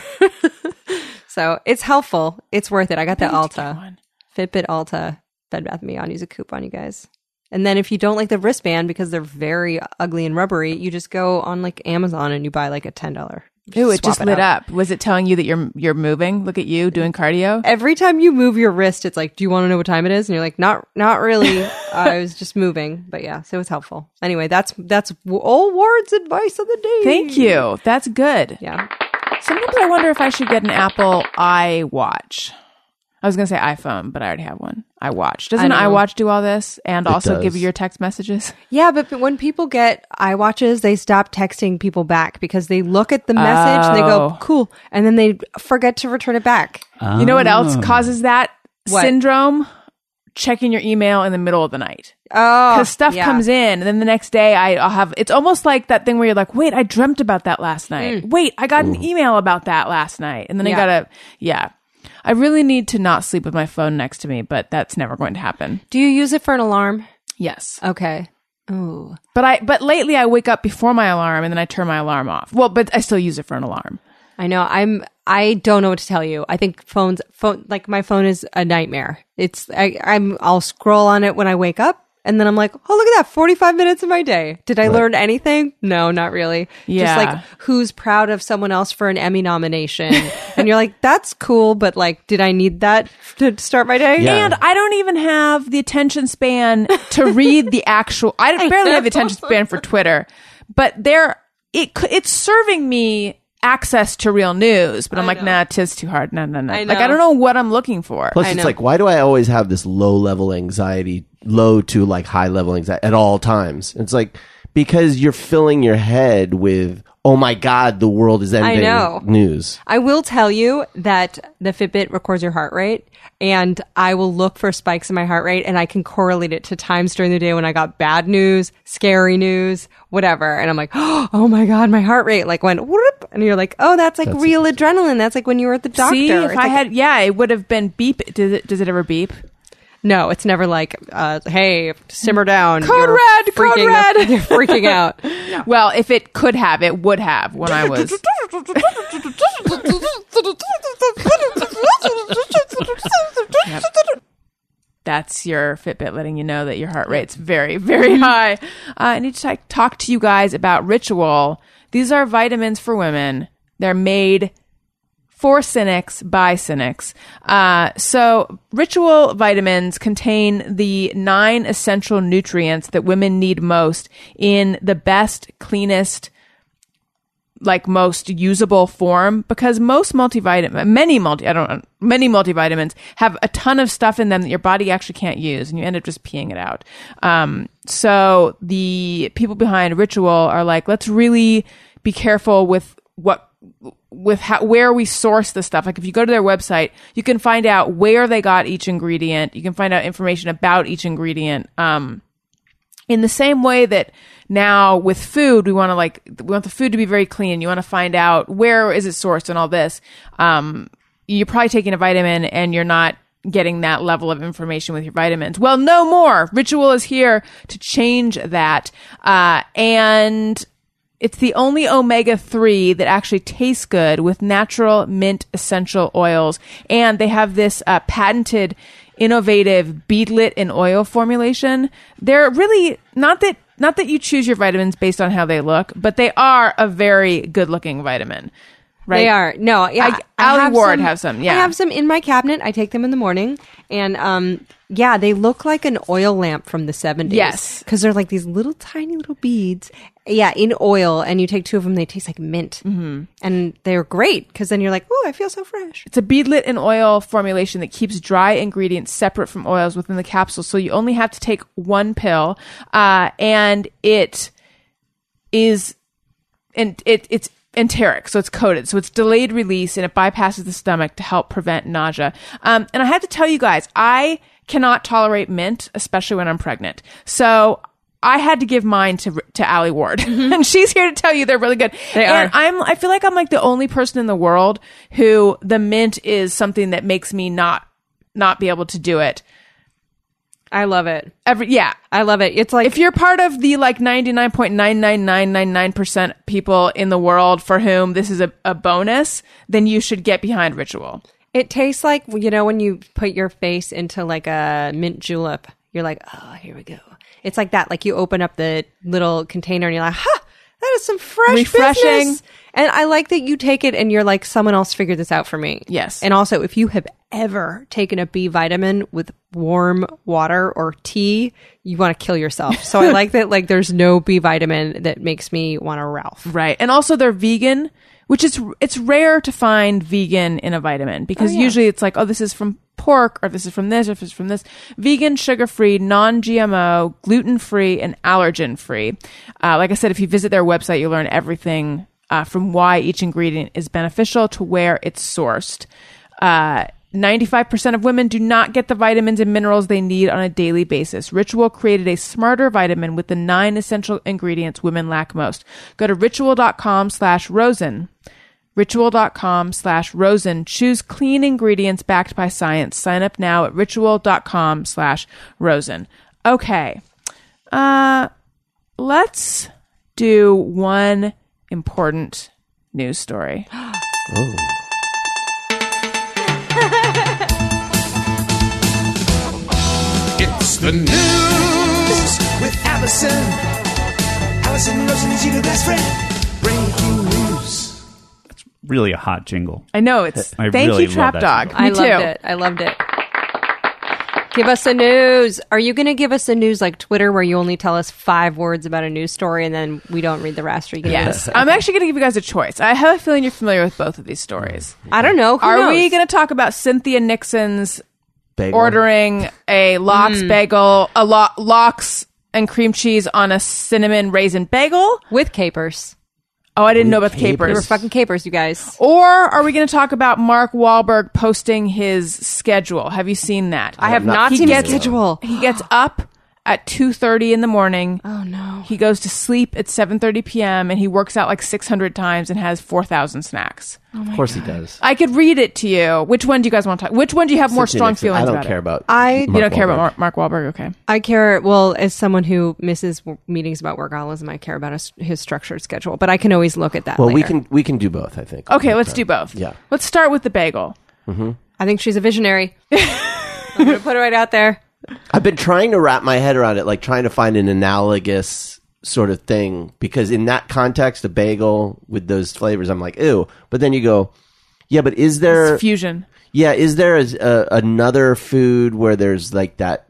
so it's helpful. It's worth it. I got the Alta Fitbit Alta Bed Bath and Beyond. Use a coupon, you guys. And then if you don't like the wristband because they're very ugly and rubbery, you just go on like Amazon and you buy like a ten dollar.
Ooh, it just lit up. Was it telling you that you're you're moving? Look at you doing cardio.
Every time you move your wrist, it's like, "Do you want to know what time it is?" And you're like, "Not, not really. I was just moving." But yeah, so it's helpful. Anyway, that's that's old Ward's advice of the day.
Thank you. That's good.
Yeah.
Sometimes I wonder if I should get an Apple iWatch. I was going to say iPhone, but I already have one. iWatch. Doesn't
I know.
iWatch do all this and also give
does.
you your text messages?
Yeah, but, but when people get iWatches, they stop texting people back because they look at the message and they go,
Oh.
cool. And then they forget to return it back.
Ah.
You know what else causes that
What?
syndrome? checking your email in the middle of the night
Oh,
because stuff
yeah.
comes in and then the next day I, i'll have it's almost like that thing where you're like wait i dreamt about that last night wait i got an email about that last night and then i
Mm. Yeah.
gotta yeah i really need to not sleep with my phone next to me but that's never going to happen
Do you use it for an alarm?
yes
Okay. Oh,
but i but lately i wake up before my alarm and then i turn my alarm off well but i still use it for an alarm
I know. I'm. I don't know what to tell you. I think phones, phone, like my phone is a nightmare. It's. I, I'm. I'll scroll on it when I wake up, and then I'm like, oh, look at that, 45 minutes of my day. Did I learn anything? No, not really.
Yeah.
Just like who's proud of someone else for an Emmy nomination, and you're like, that's cool, but like, did I need that to start my day?
Yeah.
And I don't even have the attention span to read the actual. I barely have the attention span for Twitter, but there it c- it's serving me access to real news. But I'm like, nah, tis too hard. No, no, no.
I
Like I
know.
don't know what I'm looking for.
Plus, it's like, why do I always have this low level anxiety, low to like high level anxiety at all times? It's like because you're filling your head with, oh my god, the world is ending.
know.
news.
I will tell you that the Fitbit records your heart rate, and I will look for spikes in my heart rate, and I can correlate it to times during the day when I got bad news, scary news, whatever. And I'm like, oh my god, my heart rate like went whoop, and you're like, oh, that's like real adrenaline. That's like when you were at the doctor.
See, if
It's
I
like-
had, yeah, it would have been beep. Does it? Does it ever beep?
no, it's never like, uh, hey, simmer down.
Code
you're
red, code
freaking the-
red.
you're freaking out.
Well, if it could have, it would have when I was. Yep. That's your Fitbit letting you know that your heart rate's very, very high. Uh, I need to talk- talk to you guys about Ritual. These are vitamins for women. They're made for cynics by cynics. Uh, so, ritual vitamins contain the nine essential nutrients that women need most in the best, cleanest, like most usable form because most multivitamin many multi I don't know many multivitamins have a ton of stuff in them that your body actually can't use and you end up just peeing it out. Um, so the people behind Ritual are like, let's really be careful with what with how, where we source the stuff. Like if you go to their website, you can find out where they got each ingredient. You can find out information about each ingredient. Um, in the same way that now with food we want to like we want the food to be very clean you want to find out where is it sourced and all this um, you're probably taking a vitamin and you're not getting that level of information with your vitamins well no more ritual is here to change that uh, and it's the only omega 3 that actually tastes good with natural mint essential oils. And they have this uh, patented, innovative beadlet and oil formulation. They're really not that. Not that you choose your vitamins based on how they look, but they are a very good looking vitamin. Right?
They are. No, yeah.
I- Ally Ward have some, yeah.
I have some in my cabinet. I take them in the morning. And um yeah, they look like an oil lamp from the 70s.
Yes.
Because they're like these little tiny little beads. Yeah, in oil. And you take two of them, they taste like mint. Mm-hmm. And they're great because then you're like, oh, I feel so fresh.
It's a beadlit and oil formulation that keeps dry ingredients separate from oils within the capsule. So you only have to take one pill. Uh, and it is and it it's enteric, so it's coated, so it's delayed release, and it bypasses the stomach to help prevent nausea. Um, and I have to tell you guys, I cannot tolerate mint, especially when I'm pregnant. So. I had to give mine to to Allie Ward, and she's here to tell you they're really good. They
are.
and I'm I feel like I'm like the only person in the world who the mint is something that makes me not not be able to do it.
I love it.
Every yeah,
I love it. It's like
if you're part of the like 99.99999% people in the world for whom this is a, a bonus, then you should get behind Ritual.
It tastes like you know when you put your face into like a mint julep. You're like, oh, here we go. It's like that. Like you open up the little container and you're like, ha, that is some fresh,
Refreshing.
business." And I like that you take it and you're like, someone else figured this out for me.
Yes.
And also, if you have ever taken a B vitamin with warm water or tea, you want to kill yourself. So I like that. Like there's no B vitamin that makes me want a Ralph.
Right. And also they're vegan, which is it's rare to find vegan in a vitamin because usually it's like, oh, this is from pork or this is from this or this is from this. Vegan, sugar-free, non-GMO, gluten-free and allergen-free. Uh, like I said, if you visit their website, you learn everything uh, from why each ingredient is beneficial to where it's sourced. Uh, 95% of women do not get the vitamins and minerals they need on a daily basis. Ritual created a smarter vitamin with the nine essential ingredients women lack most. Go to ritual.com slash rosen. Ritual.com slash rosen. Choose clean ingredients backed by science. Sign up now at ritual.com slash rosen. Okay. Uh, let's do one important news story.
It's the news with Allison. Allison Rosen is your best friend. Breaking news.
Really a hot jingle.
I know it's.
I
thank
really
you,
love
Trap
that
Dog.
jingle.
I
Me
loved
too.
it. I loved it. Give us the news. Are you going to give us the news like Twitter, where you only tell us five words about a news story and then we don't read the rest? Or you gonna give us-
Yes, I'm actually going to give you guys a choice. I have a feeling you're familiar with both of these stories.
I don't know. Mm. Who
Are we
knows?
going to talk about Cynthia Nixon's
Bagel.
ordering a lox
Mm.
bagel, a lo- lox and cream cheese on a cinnamon raisin bagel?
with capers?
Oh, I didn't know about the
Capers.
capers.
They were
Fucking capers, Oh, you guys.
Or are we going to talk about Mark Wahlberg posting his schedule? Have you seen that?
I have
not
not
He
seen
gets-
his schedule.
he gets up at 2.30 in the morning
Oh no.
he goes to sleep at 7.30 p.m and he works out like 600 times and has 4,000 snacks
Of course he does.
i could read it to you which one do you guys want to talk which one do you have more
Cynthia
strong
Nixon.
feelings
I don't
about
care
it?
about.
I- You
you don't care
Wahlberg.
about Mark, Mark Wahlberg, okay?
I care. Well, as someone who misses w- meetings about workaholism, I care about his, his structured schedule. But I can always look at that.
Well, we
later.
can we can do both. I think.
Okay, let's do both.
Yeah.
let's start with the bagel.
I think she's a visionary. I'm going to put it right out there.
I've been trying to wrap my head around it, like trying to find an analogous sort of thing, because in that context, a bagel with those flavors, I'm like, ew. But then you go, yeah, but is there?
It's fusion.
Yeah, is there a, a, another food where there's like that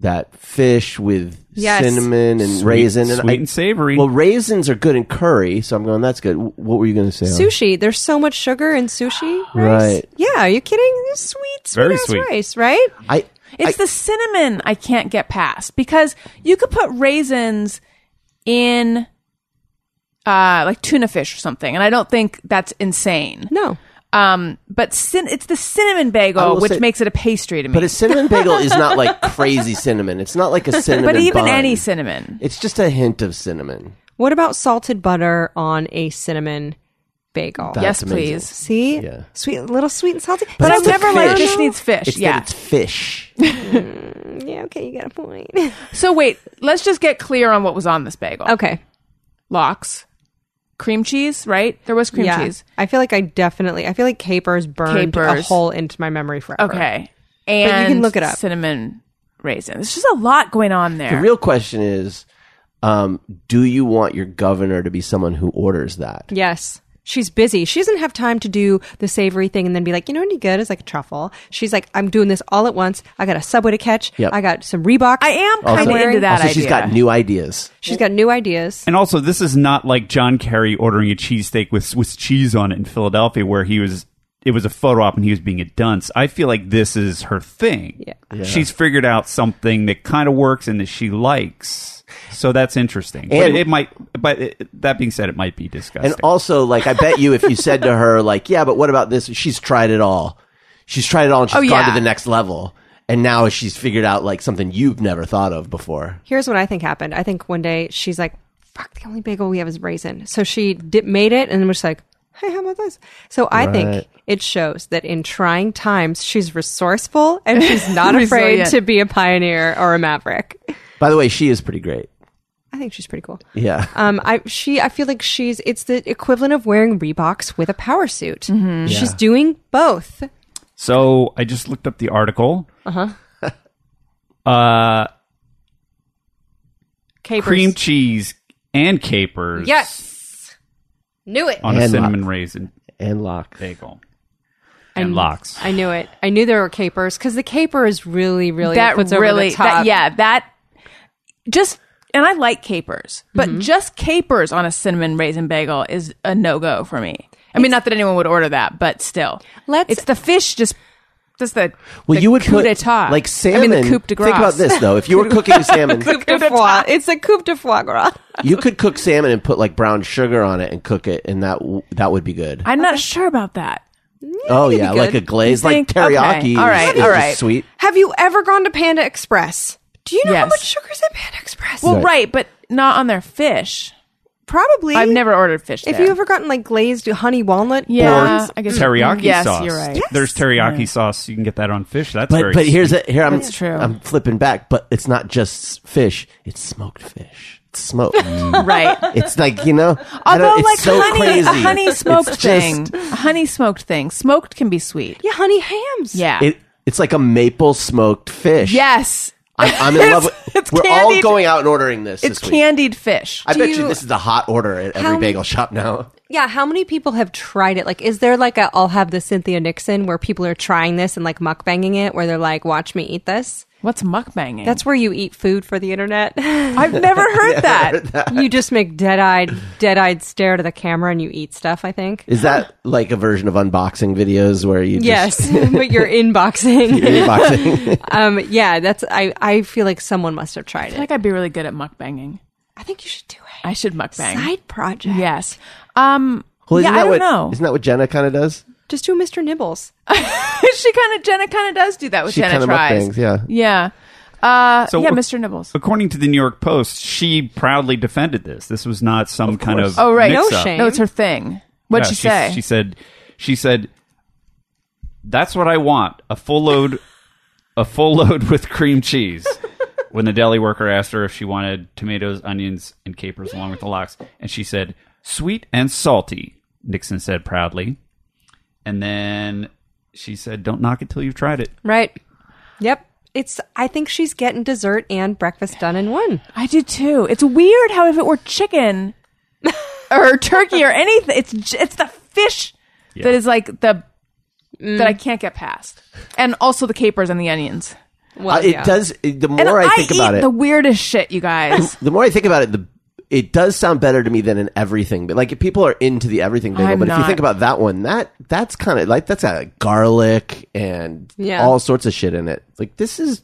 that fish with
Yes.
cinnamon and
Sweet-
raisin and
sweet and savory.
Well, raisins are good in curry, so I'm going. That's good. W- What were you going to say? Alan?
Sushi. There's so much sugar in sushi. Rice.
Right.
Yeah. Are you kidding? It's sweet, sweet
Very
ass
sweet.
rice, right?
I
It's the cinnamon I can't get past because you could put raisins in uh like tuna fish or something and I don't think that's insane.
No.
Um but cin- it's the cinnamon
I
bagel
will
which
say-
makes it a pastry to me.
but a cinnamon bagel is not like crazy cinnamon. It's not like a cinnamon.
But even
bun.
any cinnamon.
It's just a hint of cinnamon.
What about salted butter on a cinnamon bagel?
That-
yes,
That's amazing.
please.
See?
Yeah.
Sweet, little sweet and salty.
But I've
it's the
never
fish.
liked this needs fish.
It's
yeah.
that it's fish.
Yeah, okay, you got a point.
so wait, let's just get clear on what was on this bagel.
okay.
Lox, cream cheese, right? There was cream
yeah.
cheese.
I feel like I definitely, I feel like capers burned a
Capers.
hole into my memory forever.
Okay. And
can look it up.
cinnamon raisin. There's just a lot going on there.
The real question is, um, do you want your governor to be someone who orders that?
Yes. She's busy. She doesn't have time to do the savory thing and then be like, you know what would be good is like a truffle. She's like, I'm doing this all at once. I got a subway to catch.
Yep.
I got some Reebok.
I am
Also-
kind of into that
also,
idea.
she's got new ideas.
She's got new ideas.
And also, this is not like John Kerry ordering a cheesesteak with Swiss cheese on it in Philadelphia, where he was. It was a photo op, and he was being a dunce. I feel like this is her thing.
Yeah.
she's figured out something that kind of works and that she likes. So that's interesting. but
And-
it might. But it, that being said, it might be disgusting.
And also, like, I bet you if you said to her, like, yeah, but what about this? She's tried it all. She's tried it all and she's
Oh,
gone to
yeah.
the next level. And now she's figured out, like, something you've never thought of before.
Here's what I think happened. I think one day she's like, fuck, the only bagel we have is raisin. So she dip, made it and was just like, hey, how about this? So I think it shows that in trying times, she's resourceful and she's not afraid
Resilient.
to be a pioneer or a maverick.
By the way, she is pretty great.
I think she's pretty cool.
Yeah.
Um, I she I feel like she's it's the equivalent of wearing Reeboks with a power suit.
Mm-hmm.
She's doing both.
So I just looked up the article. Uh-huh.
Capers.
Cream cheese and capers.
Yes, knew it.
On a
And
cinnamon raisin
and lock.
bagel. And lox.
I knew it. I knew there were capers because the caper is really really
that
puts over
really,
the top.
that, yeah, that just, and I like capers, but
Mm-hmm.
just capers on a cinnamon raisin bagel is a no go for me. I mean, not that anyone would order that, but still,
Let's-
It's the fish, just just the
Well,
the
you would
coup
put
d'état.
like
I
salmon.
mean, the coupe de grace.
Think about this though: if you were cooking salmon,
Coupe de foie. It's a coupe de foie gras.
you could cook salmon and put like brown sugar on it and cook it, and that w- that would be good.
I'm not sure about that.
Oh yeah, like a
good.
glaze,
You
like
think? Okay.
teriyaki. is-
All right,
is
all
just
right.
Sweet.
Have you ever gone to Panda Express? Do you know how
Yes.
much sugar's in Panda Express?
Well,
Right.
right. but not on their fish.
probably.
I've never ordered fish.
If
there.
you ever gotten like glazed honey walnut,
yeah,
or
Uh, I guess mm,
teriyaki
yes,
sauce.
You're right.
There's teriyaki sauce. You can get that on fish. That's
But
very
but here's it. Here I'm
That's true.
I'm flipping back, but it's not just fish. It's smoked fish. It's smoked.
Right.
it's like you know. I don't-
Although,
it's
like
so
honey,
crazy.
a honey smoked
It's just-
thing, a honey smoked thing. Smoked can be sweet.
yeah, honey hams.
Yeah.
It, it's like a maple smoked fish.
yes.
I'm, I'm in love. With,
it's
we're all
candied-
going out and ordering this.
It's
this week.
candied fish.
I
Do
bet you,
you-
this is the hot order at every
How-
bagel shop now.
Yeah, how many people have tried it? Like, is there like a I'll have the Cynthia Nixon where people are trying this and like mukbanging it, where they're like, watch me eat this?
What's mukbanging?
That's where you eat food for the internet.
I've never heard that.
you just make dead eyed, dead eyed stare to the camera and you eat stuff, I think.
Is that like a version of unboxing videos where you just
Yes, but you're inboxing.
unboxing?
Um, yeah, that's, I, I feel like someone must have tried
I
it.
think I'd be really good at mukbanging.
I think you should do it.
I should mukbang.
Side project.
Yes. Um.
Well,
yeah,
isn't
I
that
don't
what,
know.
Isn't that what Jenna kind of does?
Just do Mr. Nibbles.
she kind of Jenna kind of does do that with
She
Jenna
kinda
tries.
mukbangs, yeah.
Yeah. Uh,
So
yeah,
what-
Mr. Nibbles.
According to the New York Post, she proudly defended this. This was not some kind of
Oh right,
mix-up.
No shame.
No, it's her thing. What'd
Yeah,
she say?
She said, she said, that's what I want a full load, a full load with cream cheese. when the deli worker asked her if she wanted tomatoes, onions, and capers along with the lox, and she said, sweet and salty. Nixon said proudly, and then she said, "Don't knock it till you've tried it."
Right. Yep. It's, I think she's getting dessert and breakfast done in one.
I do too. It's weird how if it were chicken or turkey or anything, it's j- it's the fish that is like the
Mm.
that I can't get past, and also the capers and the onions.
Well,
Uh, it
yeah.
does. The
And
more I, think
eat
about it,
the weirdest shit, you guys.
the more I think about it, the it does sound better to me than an everything. But like, if people are into the everything bagel,
I'm
but if you
not.
think about that one, that that's kind of like that's a garlic and
Yeah.
all sorts of shit in it. Like this is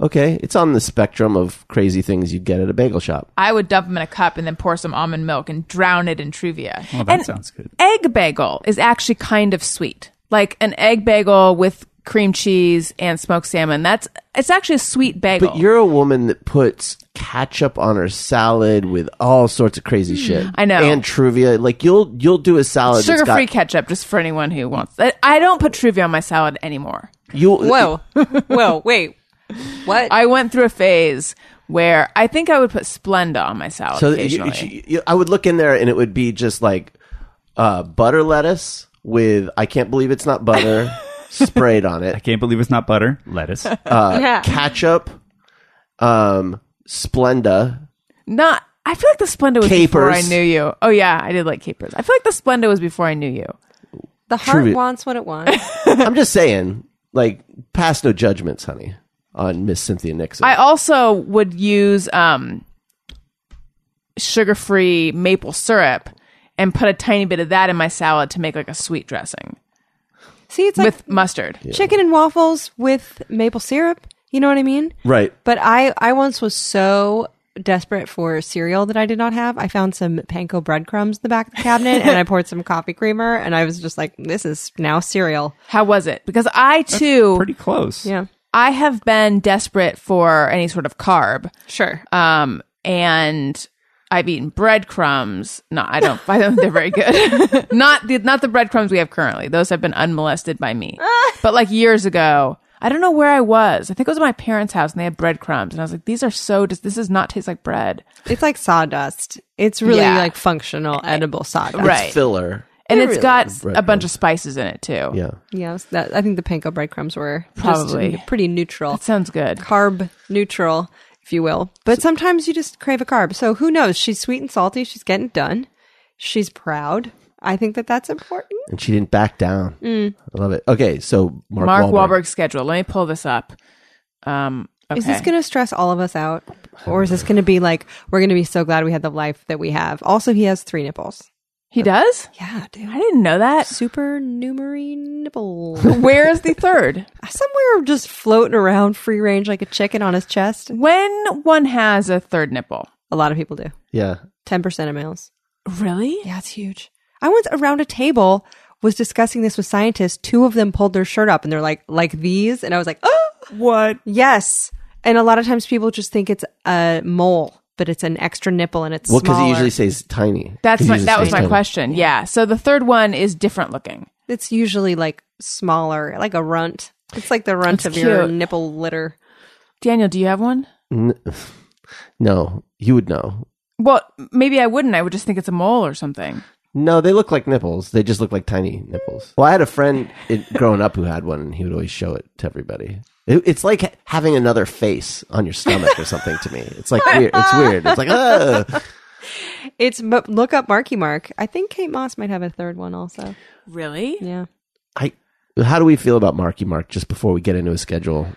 okay. It's on the spectrum of crazy things you get at a bagel shop.
I would dump them in a cup and then pour some almond milk and drown it in Truvia.
Well, that
And-
sounds good.
egg bagel is actually kind of sweet, like an egg bagel with cream cheese and smoked salmon. That's it's actually a sweet bagel.
But you're a woman that puts ketchup on her salad with all sorts of crazy shit.
Hmm. I know.
And trivia, like you'll you'll do a salad that's
Sugar free
got-
ketchup, just for anyone who wants. I- I don't put Truvia on my salad anymore.
You
Whoa. Whoa, wait. What?
I went through a phase where I think I would put Splenda on my salad
So you-
occasionally.
you- you- I would look in there and it would be just like uh, butter lettuce with I can't believe it's not butter sprayed on it.
Can't believe it's not butter, Uh, lettuce.
yeah.
Ketchup, um, Splenda.
Not. I feel like the Splenda was before I
Capers.
knew you. Oh yeah, I did like capers. I feel like the Splenda was before I knew you.
The heart
Trivia.
wants what it wants.
I'm just saying, like, pass no judgments, honey, on Miss Cynthia Nixon.
I also would use um, sugar free maple syrup and put a tiny bit of that in my salad to make like a sweet dressing
See, it's like
with mustard.
chicken and waffles with maple syrup. You know what I mean?
right.
But I, I once was so desperate for cereal that I did not have. I found some panko breadcrumbs in the back of the cabinet and I poured some coffee creamer and I was just like, this is now cereal.
How was it? Because I too
Pretty close.
Yeah.
I have been desperate for any sort of carb.
Sure.
Um, and I've eaten breadcrumbs. No, I don't. I don't think they're very good. not the not the breadcrumbs we have currently. Those have been unmolested by me. but like years ago, I don't know where I was. I think it was at my parents' house, and they had breadcrumbs, and I was like, "These are so. Does this does not taste like bread?"
It's like sawdust. It's really
Yeah. Eh,
like functional edible sawdust.
Right.
Filler.
And
It
it's
really
got
is
a bunch of spices in it too.
Yeah.
Yeah. so that, I think the panko breadcrumbs were just
Probably.
pretty neutral.
That sounds good.
carb neutral, if you will. But sometimes you just crave a carb. So who knows? She's sweet and salty. She's getting it done. She's proud. I think that that's important.
And she didn't back down. I love it. Okay, so Mark,
Mm. Mark
Wahlberg.
Wahlberg's schedule. Let me pull this up. Um, okay.
Is this going to stress all of us out? Or is this going to be like, we're going to be so glad we had the life that we have? Also, he has three nipples.
he does?
Yeah,
I
dude.
didn't know that.
Supernumerary nipple.
Where is the third?
Somewhere just floating around free range like a chicken on his chest.
When one has a third nipple.
A lot of people do.
Yeah.
10% of males.
Really?
Yeah, it's huge. I went around a table was discussing this with scientists. Two of them pulled their shirt up and they're like, like these. And I was like, oh,
What?
yes. And a lot of times people just think it's a mole, but it's an extra nipple and it's
Well, because he
smaller.
usually says tiny.
That's
He
my,
usually
that was
says
my
tiny.
question. Yeah. So the third one is different looking.
it's usually like smaller, like a runt. It's like the runt
It's
of your
cute.
nipple litter.
Daniel, do you have one?
No, you would know.
Well, maybe I wouldn't. I would just think it's a mole or something.
No, they look like nipples. They just look like tiny nipples. Well, I had a friend in, growing up who had one, and he would always show it to everybody. It, it's like ha- having another face on your stomach or something to me. It's like weird. It's weird. It's like, oh.
It's but look up Marky Mark. I think Kate Moss might have a third one also.
Really?
Yeah.
I, how do we feel about Marky Mark just before we get into his schedule?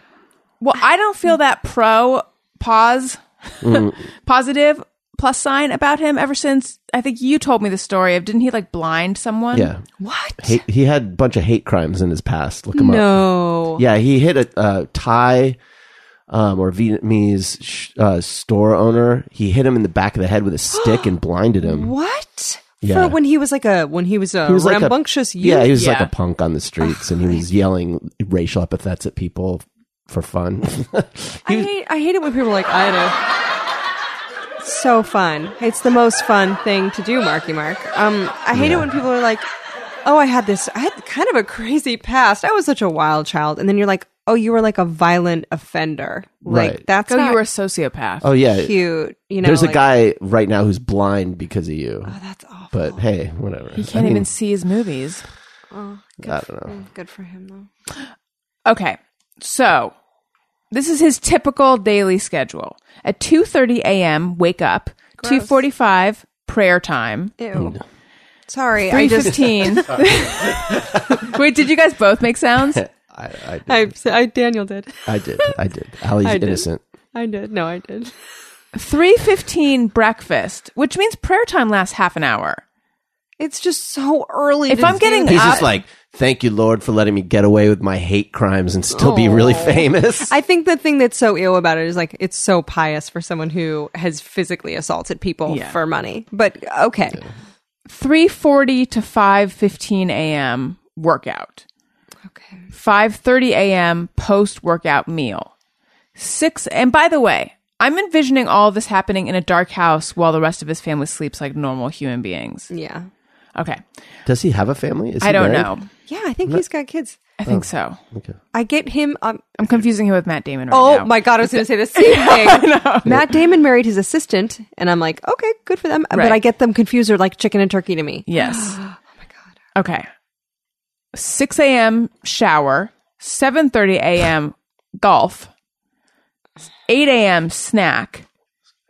Well, I don't feel that pro pause
Mm.
positive plus sign about him ever since I think you told me the story of didn't he like blind someone?
Yeah.
What?
Hate, he had a bunch of hate crimes in his past. Look him up.
No.
Yeah, he hit a uh, Thai um, or Vietnamese sh- uh, store owner. He hit him in the back of the head with a stick and blinded him.
What?
Yeah.
For when he was like a when he was a
He was like a-
rambunctious youth.
Yeah, he was like
Yeah.
a punk on the streets, and he was yelling racial epithets at people for fun.
I hate I hate it when people are like I do. So fun. It's the most fun thing to do, Marky Mark. Um I hate it when people are like, Oh, I had this I had kind of a crazy past. I was such a wild child. And then you're like, Oh, you were like a violent offender. Like
Right.
that's
Oh,
not
you were a sociopac.
oh yeah,
cute. You know,
there's a
like-
guy right now who's blind because of you.
Oh, that's awful.
but hey, whatever.
He can't even see his movies.
I don't know.
Good for him though.
Okay. So this is his typical daily schedule. At two thirty AM, wake up. Two forty five, prayer time.
Ew. Sorry, I
Three
just
fifteen. Wait, did you guys both make sounds?
I, I, did.
I, I Daniel did.
I did. I did. Ali's
did.
innocent.
I did. No, I did.
3.15 breakfast which means prayer time lasts half an hour
It's just so early.
If
to
I'm
do
getting
that.
He's just
I-
like, thank you, Lord, for letting me get away with my hate crimes and still be really famous.
I think the thing that's so ill about it is like it's so pious for someone who has physically assaulted people
Yeah.
for money. But okay,
3.40 to 5.15 a.m workout
okay,
5.30 a.m post workout meal 6 and by the way i'm envisioning all this happening in a dark house while the rest of his family sleeps like normal human beings
yeah,
okay
Does he have a family? Is he
i don't
married?
know
yeah. I think he's got kids.
i think so
I get him. Um,
i'm confusing him with matt damon right
oh
now.
my god, I was going to say the same thing. Matt Damon married his assistant, and I'm like, okay, good for them. But
Right.
I get them confused. They're like chicken and turkey to me.
Yes. oh my god. Okay. 6 a.m. shower. 7:30 a.m. golf. 8 a.m. snack.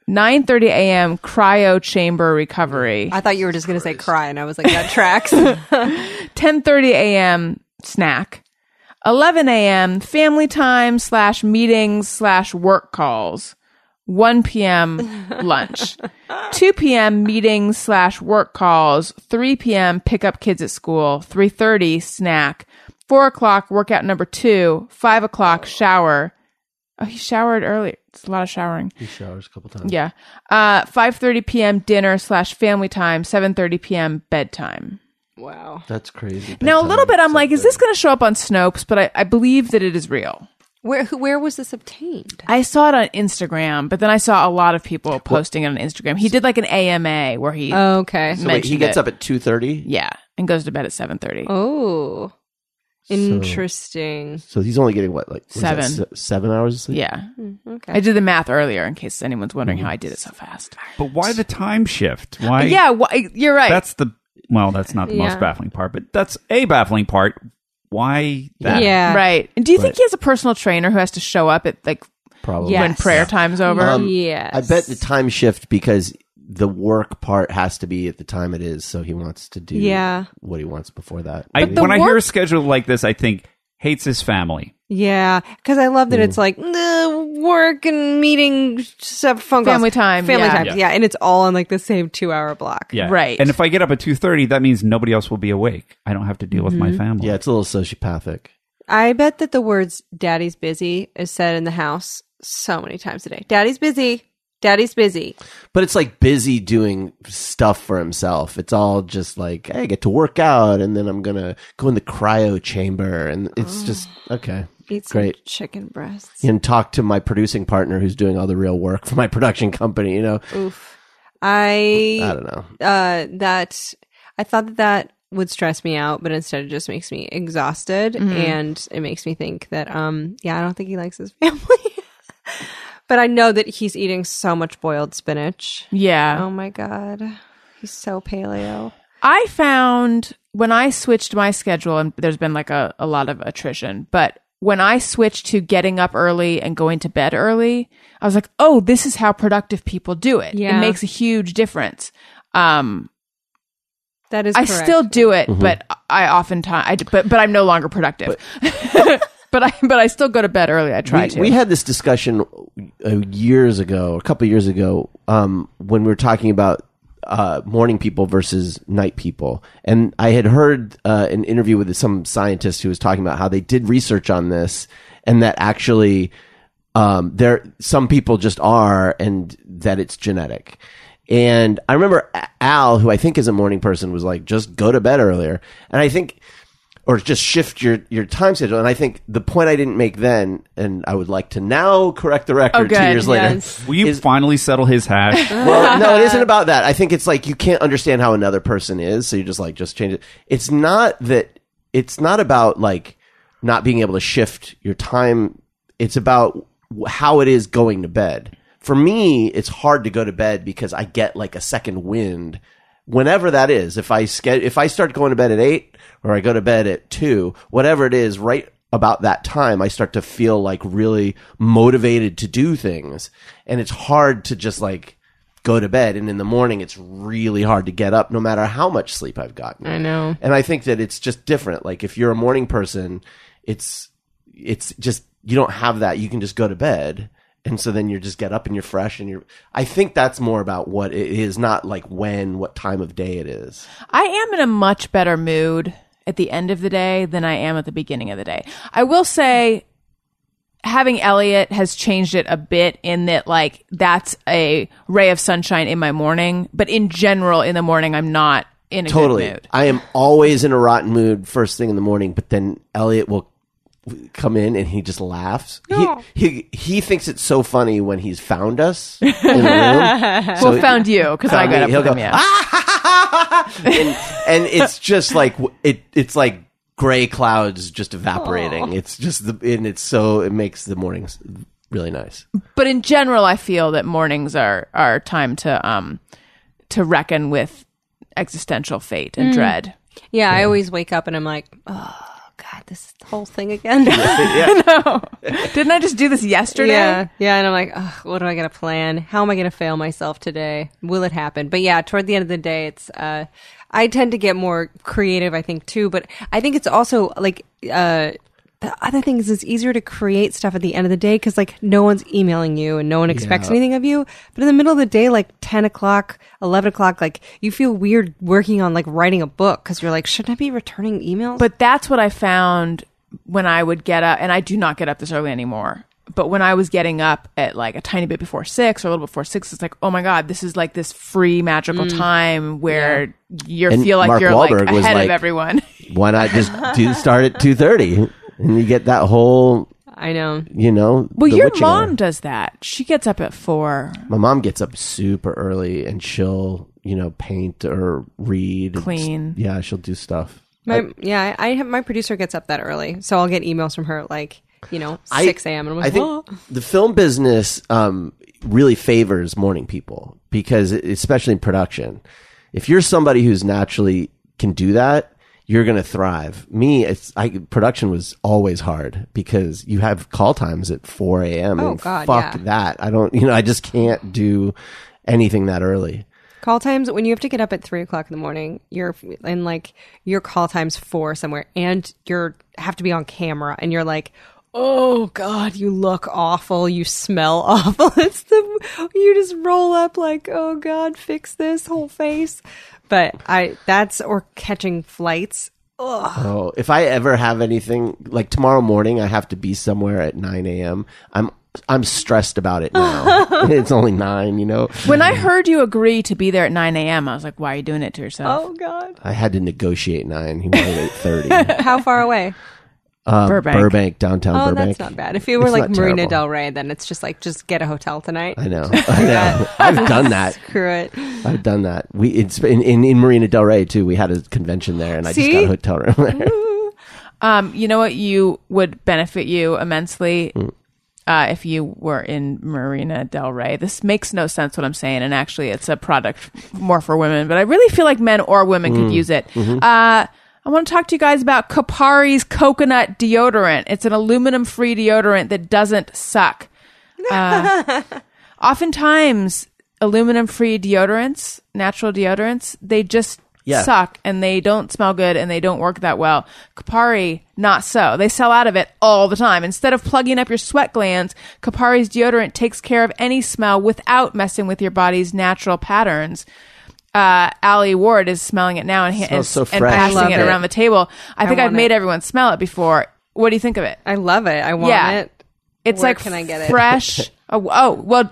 9:30 a.m. cryo chamber recovery.
I thought you were just going to say cry, and I was like, that tracks.
10:30 a.m. snack. 11 a.m. family time slash meetings slash work calls. 1 p.m. lunch. 2 p.m. meetings slash work calls. 3 p.m. pick up kids at school. 3:30 snack. 4 o'clock workout number two. 5 o'clock shower. Oh, he showered early. It's a lot of showering.
He showers a couple times.
Yeah. Uh, 5:30 p.m. dinner slash family time. 7:30 p.m. bedtime.
wow.
That's crazy.
Now, a little bit, I'm like, is this going to show up on Snopes? But I, I believe that it is real.
Where who, where was this obtained?
I saw it on Instagram, but then I saw a lot of people posting it on Instagram. He did like an AMA where he,
Oh. Okay.
So wait, he
mentioned
gets
it.
up at 2.30?
yeah, and goes to bed at 7:30.
Oh, interesting.
So he's only getting, what, like was that
Seven.
se- seven hours of sleep?
Yeah,
okay.
I did the math earlier in case anyone's wondering how I did it so fast.
But why the time shift? Why?
yeah, wh- you're right.
That's the well. That's not the
Yeah.
most baffling part, but that's a baffling part. Why that?
Yeah.
right. And do you think he has a personal trainer who has to show up at like
Probably.
Yeah.
when
Yes.
prayer time's over?
Um,
yes.
I bet the time shift because the work part has to be at the time it is, so he wants to do
Yeah.
what he wants before that.
I,
the
when I hear
work-
a schedule like this, I think hates his family.
Yeah, because I love that it's like "Nah, work and meeting, stuff, phone calls,
Family time,
family
yeah.
time. Yeah. and it's all on like the same two-hour block.
Yeah.
Right.
And if I get up at two thirty, that means nobody else will be awake. I don't have to deal with
Mm-hmm.
my family.
yeah, it's a little sociopathic.
I bet that the words "Daddy's busy" is said in the house so many times a day. Daddy's busy. Daddy's busy.
But it's like busy doing stuff for himself. It's all just like, hey, I get to work out and then I'm going to go in the cryo chamber. And it's
Oh.
just, okay.
Eat some
Great.
chicken breasts.
And talk to my producing partner who's doing all the real work for my production company, you know?
Oof. I
I don't know.
uh, that I thought that that would stress me out, but instead it just makes me exhausted, and it makes me think that um, yeah, I don't think he likes his family. but I know that he's eating so much boiled spinach.
Yeah.
Oh my god, he's so paleo.
I found when I switched my schedule, and there's been like a, a lot of attrition, but when I switched to getting up early and going to bed early, I was like, oh, this is how productive people do it.
Yeah.
It makes a huge difference. Um,
That is.
I
correct.
still do it,
Mm-hmm.
but I oftentimes, I, d- but, but I'm no longer productive. But, I, but I still go to bed early. I try
we,
to.
we had this discussion uh, years ago, a couple years ago, um, when we were talking about uh, morning people versus night people, and I had heard uh, an interview with some scientist who was talking about how they did research on this, and that actually um, there some people just are, and that it's genetic. And I remember A- Al, who I think is a morning person, was like, "Just go to bed earlier," and I think or just shift your, your time schedule. And I think the point I didn't make then, and I would like to now correct the record two
good.
years later.
Yes.
Will you finally settle his hash?
Well, no, it isn't about that. I think it's like you can't understand how another person is, so you just like just change it. It's not that it's not about like not being able to shift your time. It's about w- how it is going to bed. For me, it's hard to go to bed because I get like a second wind whenever that is. If I ske- if I start going to bed at 8 or I go to bed at 2, whatever it is, right about that time I start to feel like really motivated to do things and it's hard to just like go to bed and in the morning it's really hard to get up no matter how much sleep i've gotten i know and i think that it's just different like if you're a morning person it's it's just you don't have that you can just go to bed and so then you just get up and you're fresh and you're i think that's more about what it is not like when what time of day it is
I am in a much better mood at the end of the day than I am at the beginning of the day. I will say having Elliot has changed it a bit in that like that's a ray of sunshine in my morning, but in general in the morning I'm not in a good
totally
mood.
i am always in a rotten mood first thing in the morning but then elliot will come in and he just laughs he, he he thinks it's so funny when he's found us in the room so
well, found you because I
Found
got
me.
up
He'll
with him,
go, "Ah!"
yeah.
and, and it's just like w- it it's like gray clouds just evaporating it's just the and it's so it makes the mornings really nice
But in general, I feel that mornings are are time to um to reckon with existential fate and dread.
Yeah, I always wake up and I'm like, oh god, this whole thing again.
Didn't I just do this yesterday?
Yeah, yeah, and I'm like, Ugh, what do I got to plan? How am I going to fail myself today? Will it happen? But yeah, toward the end of the day, it's uh, I tend to get more creative, I think too. But I think it's also like uh, the other thing is it's easier to create stuff at the end of the day because like no one's emailing you and no one expects anything of you. But in the middle of the day, like ten o'clock, eleven o'clock, like you feel weird working on like writing a book because you're like, shouldn't I be returning emails?
But that's what I found when I would get up, and I do not get up this early anymore. But when I was getting up at like a tiny bit before six or a little before six, it's like, oh my god, this is like this free magical time where you
And
feel like
Mark
you're
Wahlberg
like
was
ahead
like-
of everyone.
why not just do start at 2.30 and you get that whole
I know.
you know
Well,
the
your
witching hour.
mom does that. She gets up at four.
my mom gets up super early and she'll you know paint or read and
Clean.
s- yeah she'll do stuff
My yeah, I I have my producer gets up that early, so I'll get emails from her like you know
I-
six a.m. and I'm
I
like,
think
"Well,
the film business um, really favors morning people because, especially in production, if you're somebody who's naturally can do that, you're going to thrive. Me, it's I, production was always hard because you have call times at 4 a.m.
Oh,
and
God,
fuck
yeah.
that. I don't, you know, I just can't do anything that early.
call times when you have to get up at three o'clock in the morning. You're and like your call times four somewhere, and you're have to be on camera, and you're like. Oh God! You look awful. You smell awful. It's the you just roll up like, oh God, fix this whole face. But I that's or catching flights.
Oh, if I ever have anything like tomorrow morning, I have to be somewhere at 9 a.m. I'm I'm stressed about it now. it's only nine, you know.
When I heard you agree to be there at 9 a.m., I was like, why are you doing it to yourself?
Oh God!
I had to negotiate nine. He wanted eight thirty.
How far away?
Burbank.
Um, Burbank, downtown
Oh,
Burbank.
that's not bad. If you were
It's
like
not
Marina
terrible.
Del Rey, then it's just like just get a hotel tonight.
I know. I know. I've done that.
Screw it.
I've done that. We it's in, in in Marina Del Rey too. We had a convention there, and I
See?
just got a hotel room. there.
Um, you know what? You would benefit you immensely uh, if you were in Marina Del Rey. This makes no sense what I'm saying, and actually, it's a product more for women. But I really feel like men or women could use it. Uh, I want to talk to you guys about Capari's coconut deodorant. It's an aluminum-free deodorant that doesn't suck. Uh, oftentimes, aluminum-free deodorants, natural deodorants, they just
Yeah.
suck and they don't smell good and they don't work that well. Kapari, not so. They sell out of it all the time. Instead of plugging up your sweat glands, Kapari's deodorant takes care of any smell without messing with your body's natural patterns. Uh, Ali Ward is smelling it now and, and,
Smells so
and
fresh. I
passing
love
it,
it.
around the table. I, think I've
want
made
it.
everyone smell it before. What do you think of it?
I love it. I want
Yeah.
it.
It's
Where
like
can I get it?
fresh. oh, oh, well,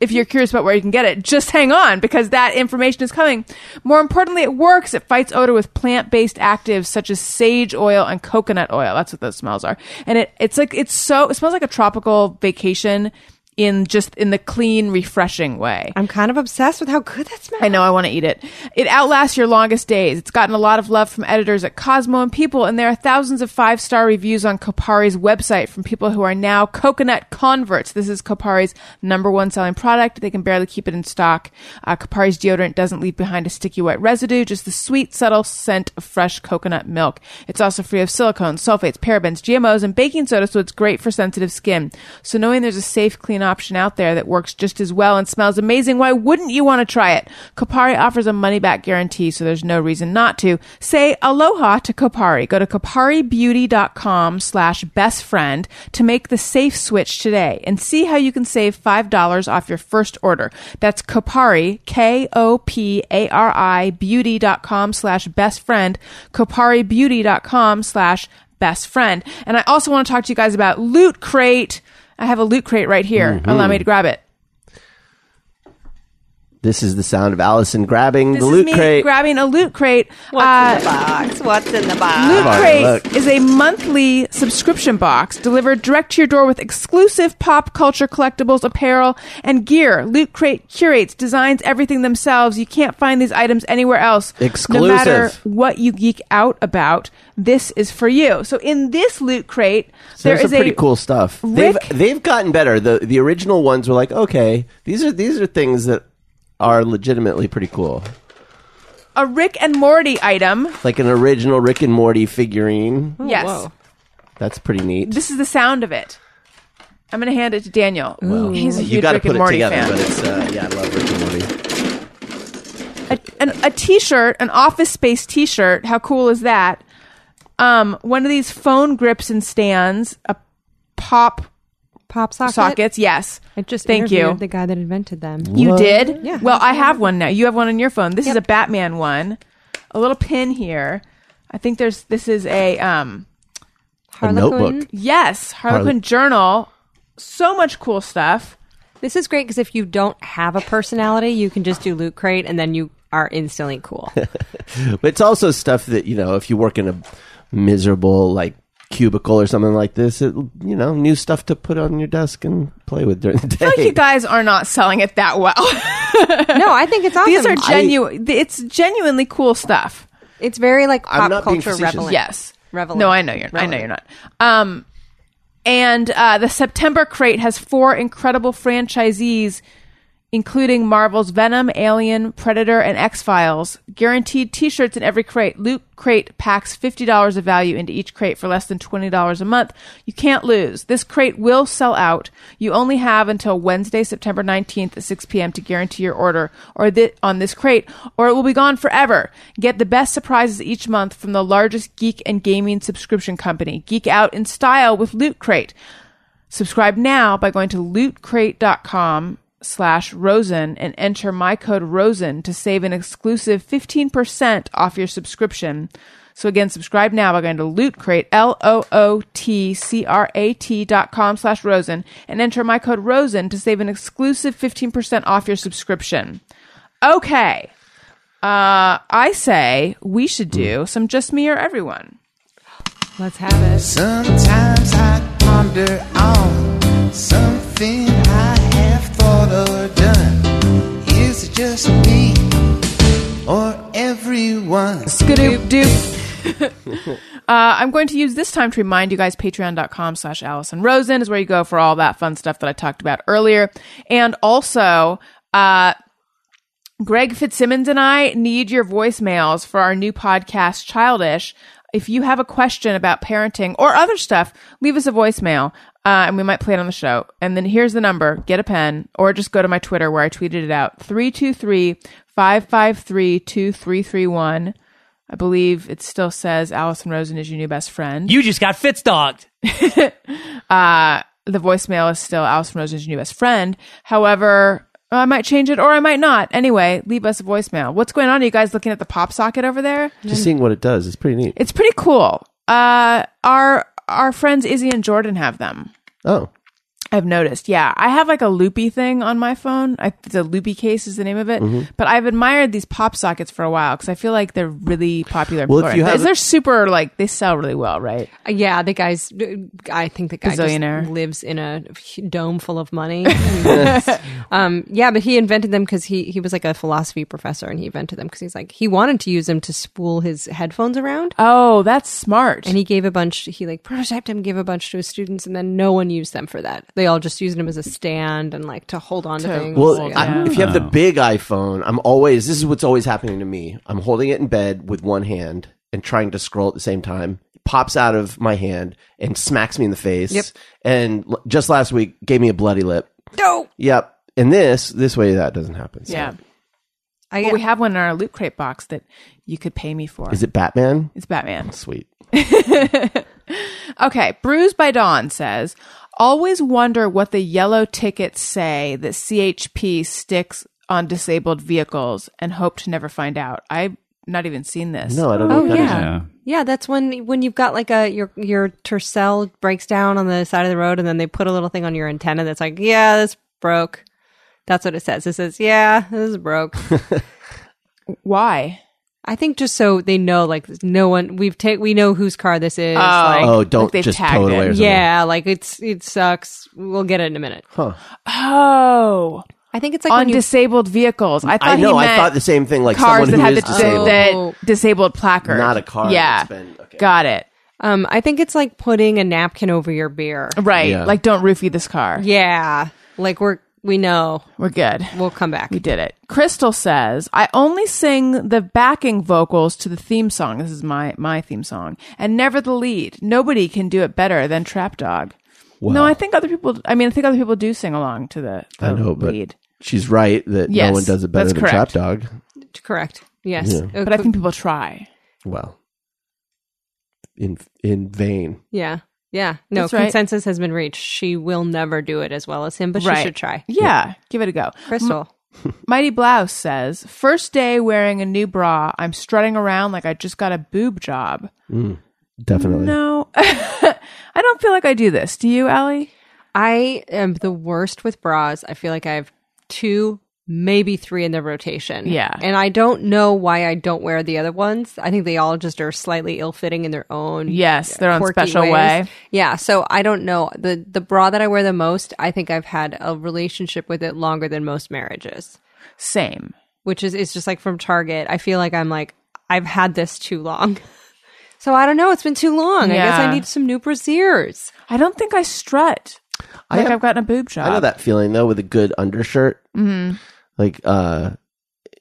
if you're curious about where you can get it, just hang on because that information is coming. More importantly, it works. It fights odor with plant-based actives such as sage oil and coconut oil. That's what those smells are. And it it's like it's so it smells like a tropical vacation in just in the clean, refreshing way.
I'm kind of obsessed with how good that smells.
I know I want to eat it. It outlasts your longest days. It's gotten a lot of love from editors at Cosmo and People, and there are thousands of five star reviews on Kopari's website from people who are now coconut converts. This is Kopari's number one selling product. They can barely keep it in stock. Uh, Kopari's deodorant doesn't leave behind a sticky wet residue, just the sweet, subtle scent of fresh coconut milk. It's also free of silicone, sulfates, parabens, GMOs, and baking soda, so it's great for sensitive skin. So knowing there's a safe, clean option out there that works just as well and smells amazing, why wouldn't you want to try it? Kopari offers a money back guarantee, so there's no reason not to. Say aloha to Kopari. Go to koparibeauty.com slash best friend to make the safe switch today and see how you can save $5 off your first order. That's Kopari, K-O-P-A-R-I beauty.com slash best friend, koparibeauty.com slash best friend. And I also want to talk to you guys about Loot Crate. I have a loot crate right here. Allow me to grab it.
This is the sound of Allison grabbing
This
the
is
loot
me
crate.
grabbing a loot crate.
What's
Uh,
in the box? What's in the box?
Loot
already
Crate
looked.
is a monthly subscription box delivered direct to your door with exclusive pop culture collectibles, apparel, and gear. Loot Crate curates, designs everything themselves. You can't find these items anywhere else.
Exclusive.
No matter what you geek out about, this is for you. So in this Loot Crate,
So
there
there's
is
some pretty
a
cool stuff.
Rick-
they've they've gotten better. The the original ones were like, okay, these are these are things that are legitimately pretty cool.
a Rick and Morty item.
Like an original Rick and Morty figurine.
Oh,
yes.
That's pretty neat.
This is the sound of it. I'm going to hand it to Daniel. He's a
you
huge
got to
Rick
put
and
it
Morty
together,
fan.
but it's uh, yeah, I love Rick and Morty.
a, an, a t-shirt, an office space t-shirt. How cool is that? Um, one of these phone grips and stands, a pop
Pop socket.
sockets. Yes,
I just
thank you.
interviewed The guy that invented them.
You did?
Yeah.
Well, I have one now. You have one on your phone. This is a Batman one. A little pin here. I think there's. This is a um.
A notebook.
Yes, Harlequin
Harle-
journal. So much cool stuff.
This is great because if you don't have a personality, you can just do Loot Crate and then you are instantly cool.
But it's also stuff that you know if you work in a miserable like cubicle or something like this, it you know new stuff to put on your desk and play with during the day.
I think Oh, you guys are not selling it that well.
no, I think it's awesome.
These are genuine. It's genuinely cool stuff.
it's very like
I'm
pop
not being
culture
facetious.
relevant.
Yes.
Relevant.
No, I know you're. I know you're not. Um, and uh, the September crate has four incredible franchisees, including Marvel's Venom, Alien, Predator, and X Files. Guaranteed T-shirts in every crate. Loot crate packs fifty dollars of value into each crate for less than twenty dollars a month. You can't lose. This crate will sell out. You only have until Wednesday, September nineteenth at six p.m. to guarantee your order or thi- on this crate, or it will be gone forever. Get the best surprises each month from the largest geek and gaming subscription company. Geek out in style with Loot Crate. Subscribe now by going to lootcrate.com slash Rosen and enter my code Rosen to save an exclusive 15% off your subscription. So again, subscribe now by going to Loot Crate, L-O-O-T-C-R-A-T dot com slash Rosen and enter my code Rosen to save an exclusive 15% off your subscription. Okay. Uh, I say we should do some Just Me or Everyone.
Let's have it.
Sometimes I ponder on something I have thought or done. Is it just me or everyone?
Skadoop doop. uh, I'm going to use this time to remind you guys patreon.com slash Allison Rosen is where you go for all that fun stuff that I talked about earlier. And also, uh, Greg Fitzsimmons and I need your voicemails for our new podcast, Childish. If you have a question about parenting or other stuff, leave us a voicemail uh, and we might play it on the show. And then here's the number get a pen or just go to my Twitter where I tweeted it out 323 553 2331. I believe it still says Allison Rosen is your new best friend.
You just got fitz dogged.
Uh, the voicemail is still Allison Rosen's new best friend. However, I might change it or I might not. Anyway, leave us a voicemail. What's going on? Are you guys looking at the pop socket over there?
Just seeing what it does is pretty neat.
It's pretty cool. Uh, our our friends Izzy and Jordan have them.
Oh,
I've noticed. Yeah, I have like a loopy thing on my phone. I, the loopy case is the name of it.
Mm-hmm.
But I've admired these pop sockets for a while because I feel like they're really popular.
Well, if you have-
they're super like they sell really well, right?
Yeah, the guy's. I think the guy
Bazillionaire.
just lives in a dome full of money. um, yeah, but he invented them because he he was like a philosophy professor, and he invented them because he's like he wanted to use them to spool his headphones around.
Oh, that's smart.
And he gave a bunch. He like prototyped them, gave a bunch to his students, and then no one used them for that. They all just used them as a stand and like to hold on to, things.
Well,
Yeah.
I, if you have the big iPhone, I'm always this is what's always happening to me. I'm holding it in bed with one hand and trying to scroll at the same time. It pops out of my hand and smacks me in the face.
Yep.
And l- just last week gave me a bloody lip.
no,
Yep. And this this way that doesn't happen. so.
yeah.
I,
Well, we have one in our loot crate box that you could pay me for.
Is it Batman?
It's Batman.
Sweet.
Okay, Bruised by Dawn says, always wonder what the yellow tickets say that CHP sticks on disabled vehicles and hope to never find out. I've not even seen this.
No, I don't know.
Oh,
what that is.
yeah. Yeah, that's when when you've got like a your your Tercel breaks down on the side of the road, and then they put a little thing on your antenna that's like, yeah, this broke. That's what it says. It says, yeah, this is broke.
Why?
I think just so they know, like, no one we've take we know whose car this is. like,
Oh, don't
they've
just
tagged
tow it
it.
away. Or something.
yeah, like it's it sucks. We'll get it in a minute.
Oh,
I think it's like
on
when you
disabled vehicles. I thought
I know.
He
I
meant
thought the same thing. Like
cars that
someone
had
who
the
is disabled.
that disabled placard,
Not a car
Yeah,
that's been- okay.
got it.
um. I think it's like putting a napkin over your beer.
Right,
Yeah.
like don't roofie this car.
Yeah, like we're we know
We're good.
we'll come back.
We did it. Crystal says, "I only sing the backing vocals to the theme song. This is my my theme song, and never the lead. Nobody can do it better than Trap Dog." no, I think other people. I mean, I think other people do sing along to the, the
I know, but
lead,
she's right that
Yes,
no one does it better
that's
than Trap
correct.
Dog.
Correct. Yes. Uh,
but I think people try.
Well, in in vain.
Yeah. Yeah. No,
That's right.
consensus has been reached. She will never do it as well as him, but she should try.
Yeah, give it a go.
Crystal.
Mighty Blouse says, first day wearing a new bra, I'm strutting around like I just got a boob job.
Definitely.
No, I don't feel like I do this. Do you, Allie?
I am the worst with bras. I feel like I have two, maybe three in the rotation.
Yeah.
And I don't know why I don't wear the other ones. I think they all just are slightly ill fitting in their own.
Yes, they're on
quirky
special
ways.
way.
Yeah. So I don't know. The the bra that I wear the most, I think I've had a relationship with it longer than most marriages.
Same.
which is it's just like from Target. I feel like I'm like I've had this too long. So I don't know. It's been too long. I guess
Yeah.
I need some new brasiers.
I don't think I strut.
I
like
have-
I've gotten a boob job.
I know that feeling though with a good undershirt. Mm-hmm. Like uh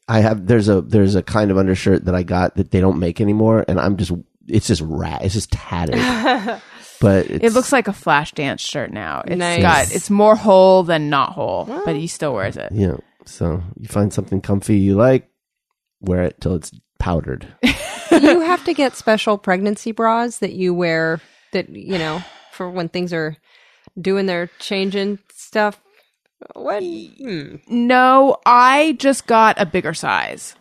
I have there's a there's a kind of undershirt that I got that they don't make anymore and I'm just it's just rat it's just tattered. but it's,
It looks like a flash dance shirt now. It's
Nice.
got it's more whole than not whole, but he still wears it.
you know, so you find something comfy you like, wear it till it's powdered.
you have to get special pregnancy bras that you wear that you know for when things are doing their changing stuff. What? Hmm.
No, I just got a bigger size.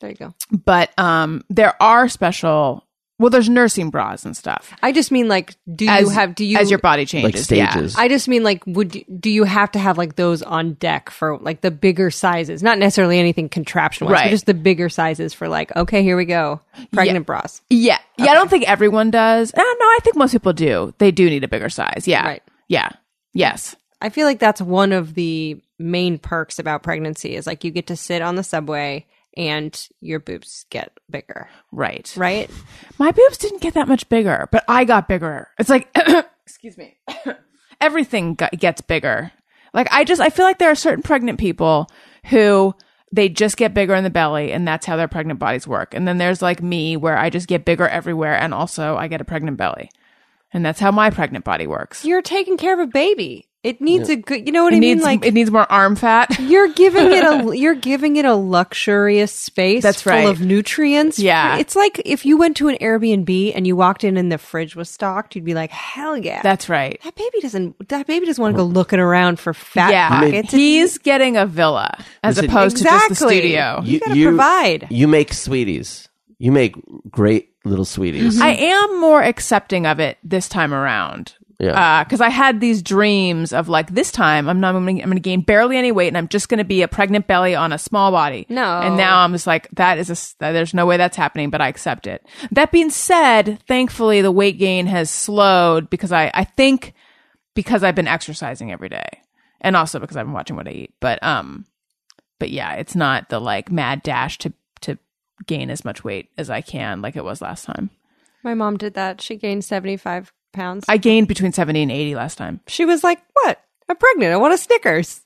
There you go.
But um there are special Well, there's nursing bras and stuff.
I just mean like, do
As
you have? Do you
as your body changes?
like
yeah.
stages.
I just mean like, would you- do you have to have like those on deck for like the bigger sizes? Not necessarily anything contraption wise,
Right.
but just the bigger sizes for like, okay, here we go, pregnant bras.
Yeah. Yeah, I don't think everyone does. Uh, no, I think most people do. They do need a bigger size. Yeah.
Right.
Yeah. Yes.
I feel like that's one of the main perks about pregnancy is like you get to sit on the subway and your boobs get bigger,
Right.
right?
My boobs didn't get that much bigger, but I got bigger. It's like, excuse me, everything got, gets bigger. Like, I just, I feel like there are certain pregnant people who they just get bigger in the belly and that's how their pregnant bodies work. And then there's like me where I just get bigger everywhere and also I get a pregnant belly. And that's how my pregnant body works.
You're taking care of a baby. It needs a good, you know what I
It
mean?
needs,
Like
it needs more arm fat.
you're giving it a you're giving it a luxurious space
That's
full
right.
of nutrients
Yeah.
it's like if you went to an airbnb and you walked in and the fridge was stocked you'd be like hell yeah
That's right.
that baby doesn't that baby doesn't want to go looking around for fat
yeah.
pockets
He's getting a villa as
Listen-
opposed to just the
Exactly.
studio.
you,
gotta provide.
You make sweeties. You make great little sweeties.
I am more accepting of it this time around.
Yeah.
Because I had these dreams of like this time I'm not I'm going to gain barely any weight and I'm just going to be a pregnant belly on a small body.
No.
And now I'm just like that is a s- there's no way that's happening, but I accept it. That being said, thankfully the weight gain has slowed because I I think because I've been exercising every day and also because I've been watching what I eat. But um, but yeah, it's not the like mad dash to to gain as much weight as I can like it was last time.
my mom did that she gained 75 pounds
I gained between 70 and 80 last time.
she was like what i'm pregnant i want a snickers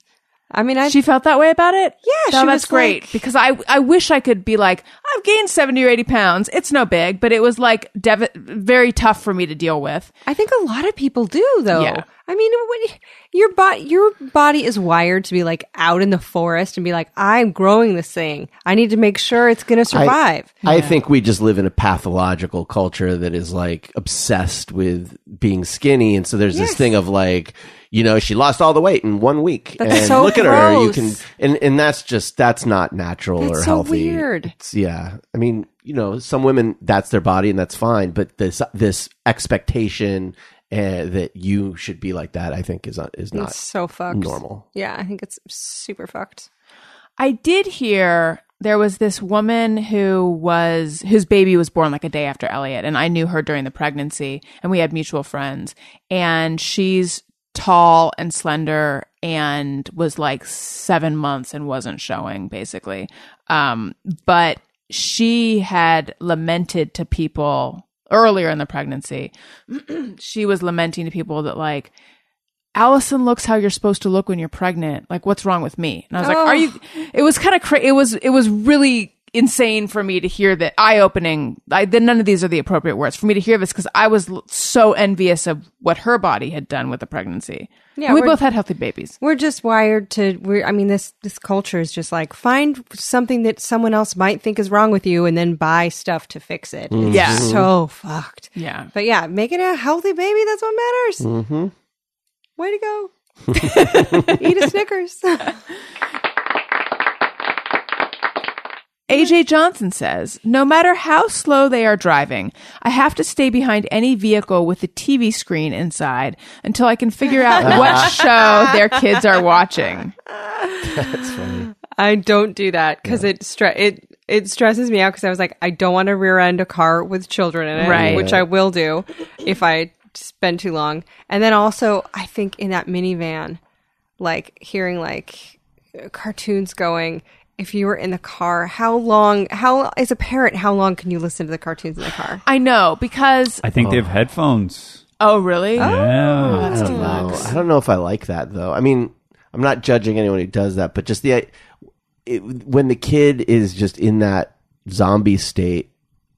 i mean i
She felt that way about it?
Yeah,
No,
she
that's
was
great.
like-
because I I wish I could be like, I've gained 70 or 80 pounds. It's no big, but it was like dev- very tough for me to deal with.
I think a lot of people do though.
Yeah.
I mean, when, your body your body is wired to be like out in the forest and be like, I'm growing this thing. I need to make sure it's going to survive.
I think we just live in a pathological culture that is like obsessed with being skinny, and so there's this thing of like, you know, she lost all the weight in one week,
That's
and
so
look at her, you can,
gross.
and and that's just that's not natural
That's
or
so
healthy.
weird.
It's- yeah, I mean, you know, some women that's their body and that's fine, but this this expectation uh, that you should be like that, I think, is not is
uh,
not
it's so fucked.
normal.
Yeah, I think it's super fucked.
I did hear there was this woman who was whose baby was born like a day after Elliot, and I knew her during the pregnancy, and we had mutual friends. And she's tall and slender, and was like seven months and wasn't showing basically. Um, but she had lamented to people earlier in the pregnancy. she was lamenting to people that like Allison looks how you're supposed to look when you're pregnant. Like, what's wrong with me? And I was like, Are
Oh.
you? It was kind of crazy. It was it was really insane for me to hear that eye opening. I then none of these are the appropriate words for me to hear this because I was l- so envious of what her body had done with the pregnancy.
Yeah,
And we
we're-
both had healthy babies.
We're just wired to we're I mean this this culture is just like find something that someone else might think is wrong with you and then buy stuff to fix it. It's
Yeah.
so fucked.
Mm-hmm. Yeah.
But yeah, making a healthy baby, that's what matters. Mm-hmm. Way to go. Eat a Snickers.
AJ Johnson says, no matter how slow they are driving, I have to stay behind any vehicle with a TV screen inside until I can figure out what show their kids are watching.
I don't do that because it stre- it it stresses me out because I was like, I don't want to rear end a car with children in it,
Right.
which I will do if I spend too long. And then also, I think in that minivan, like hearing like cartoons going. If you were in the car, how long? How as a parent, how long can you listen to the cartoons in the car?
I know because,
I think they have headphones.
oh, really?
Yeah.
I don't know. I don't know if I like that though. I mean, I'm not judging anyone who does that, but just the it, when the kid is just in that zombie state,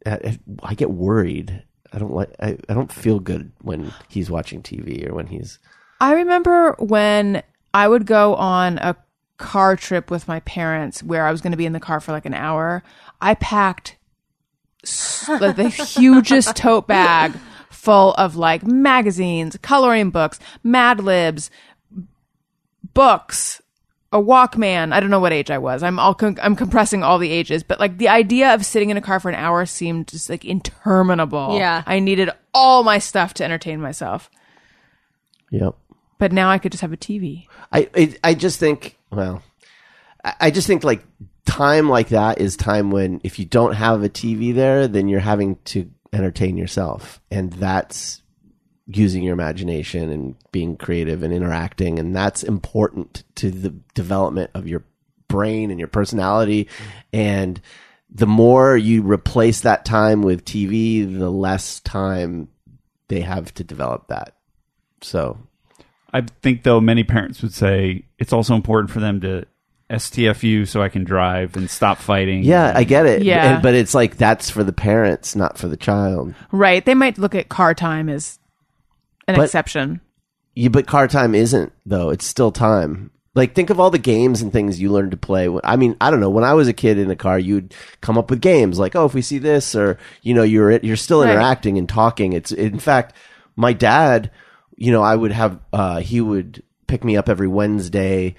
I, I get worried. I don't like. I, I don't feel good when he's watching TV or when he's.
I remember when I would go on a car trip with my parents where I was going to be in the car for like an hour. I packed s- like the hugest tote bag full of like magazines, coloring books, Mad Libs, books, a Walkman. I don't know what age I was. I'm all con- I'm compressing all the ages, but like the idea of sitting in a car for an hour seemed just like interminable.
Yeah.
I needed all my stuff to entertain myself,
Yep.
but now I could just have a TV.
I it, I just think well, I, I just think like time like that is time when if you don't have a TV there, then you're having to entertain yourself, and that's using your imagination and being creative and interacting, and that's important to the development of your brain and your personality, and the more you replace that time with TV, the less time they have to develop that. So
I think though many parents would say it's also important for them to STFU so I can drive and stop fighting.
Yeah, I get it.
Yeah.
And- But it's like that's for the parents, not for the child.
Right? They might look at car time as an
But-
exception.
You, but car time isn't, though. It's still time. Like, think of all the games and things you learned to play. When- I mean, I don't know. When I was a kid in a car, you'd come up with games like, oh, if we see this, or, you know, you're, you're still
Right.
interacting and talking. It's, in fact, my dad, you know, I would have, uh, he would pick me up every Wednesday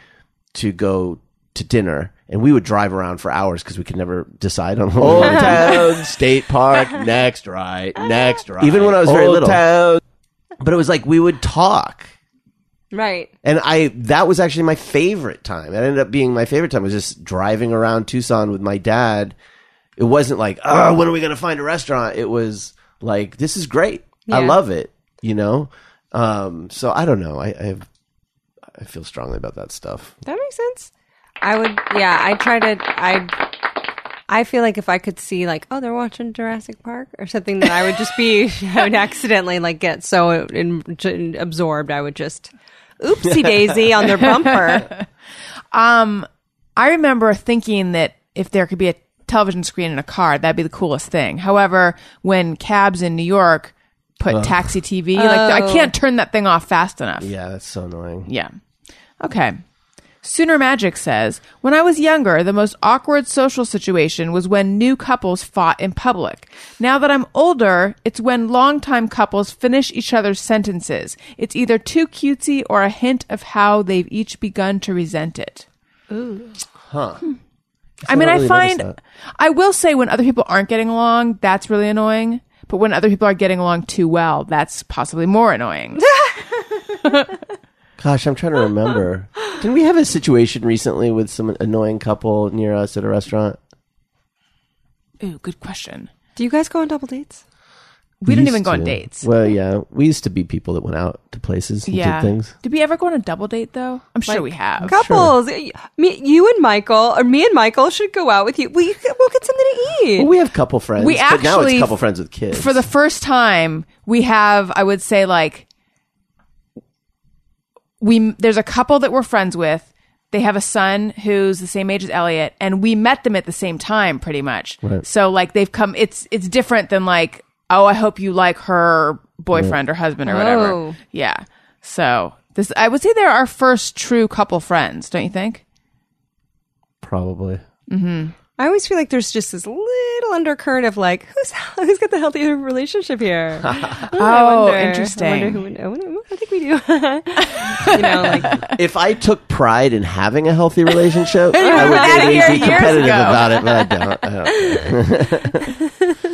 to go to dinner and we would drive around for hours because we could never decide on what Old Town State Park, next right, next right. Even when I was very little. But it was like we would talk.
Right.
And I that was actually my favorite time. It ended up being my favorite time was just driving around Tucson with my dad. It wasn't like, oh, when are we gonna find a restaurant? It was like, this is great. I
Yeah.
love it, you know? Um, so I don't know. I, I I feel strongly about that stuff.
That makes sense. I would, yeah. I try to. I, I feel like if I could see, like, oh, they're watching Jurassic Park or something, that I would just be, I would accidentally like get so in, in- absorbed, I would just, oopsie daisy on their bumper.
I remember thinking that if there could be a television screen in a car, that'd be the coolest thing. However, when cabs in New York put taxi TV, like I can't turn that thing off fast enough.
Yeah, that's so annoying.
Yeah. Okay. Sooner Magic says, When I was younger, the most awkward social situation was when new couples fought in public. Now that I'm older, it's when longtime couples finish each other's sentences. It's either too cutesy or a hint of how they've each begun to resent it. Ooh. Huh. I mean,
not
I
really
find,
noticed
I will say when other people aren't getting along, that's really annoying. But when other people are getting along too well, that's possibly more annoying.
Gosh, I'm trying to remember. Didn't we have a situation recently with some annoying couple near us at a restaurant?
Ooh, good question.
Do you guys go on double dates?
We didn't
Used
even go on
to.
dates.
Well, yeah, we used to be people that went out to places and
yeah.
did things.
Did we ever go on a double date though? I'm sure we have.
Couples, y- me, you and Michael, or me and Michael should go out with you. We we'll get something to eat.
Well, we have couple friends.
We
but now it's
actually-
couple friends with kids.
For the first time, we have I would say like we there's a couple that we're friends with. They have a son who's the same age as Elliot and we met them at the same time pretty much.
Right.
So like they've come it's it's different than like oh I hope you like her boyfriend or husband or
Oh.
whatever. Yeah. So this I would say they're our first true couple friends, don't you think?
probably.
I always feel like there's just this little undercurrent of like, who's who's got the healthier relationship here? oh, I
Oh,
wonder.
interesting.
I, wonder who would- I wonder- I think we do. you know, like
If I took pride in having a healthy relationship, I would
outta
maybe
here
be
years
competitive
ago.
about it, but I don't. I don't.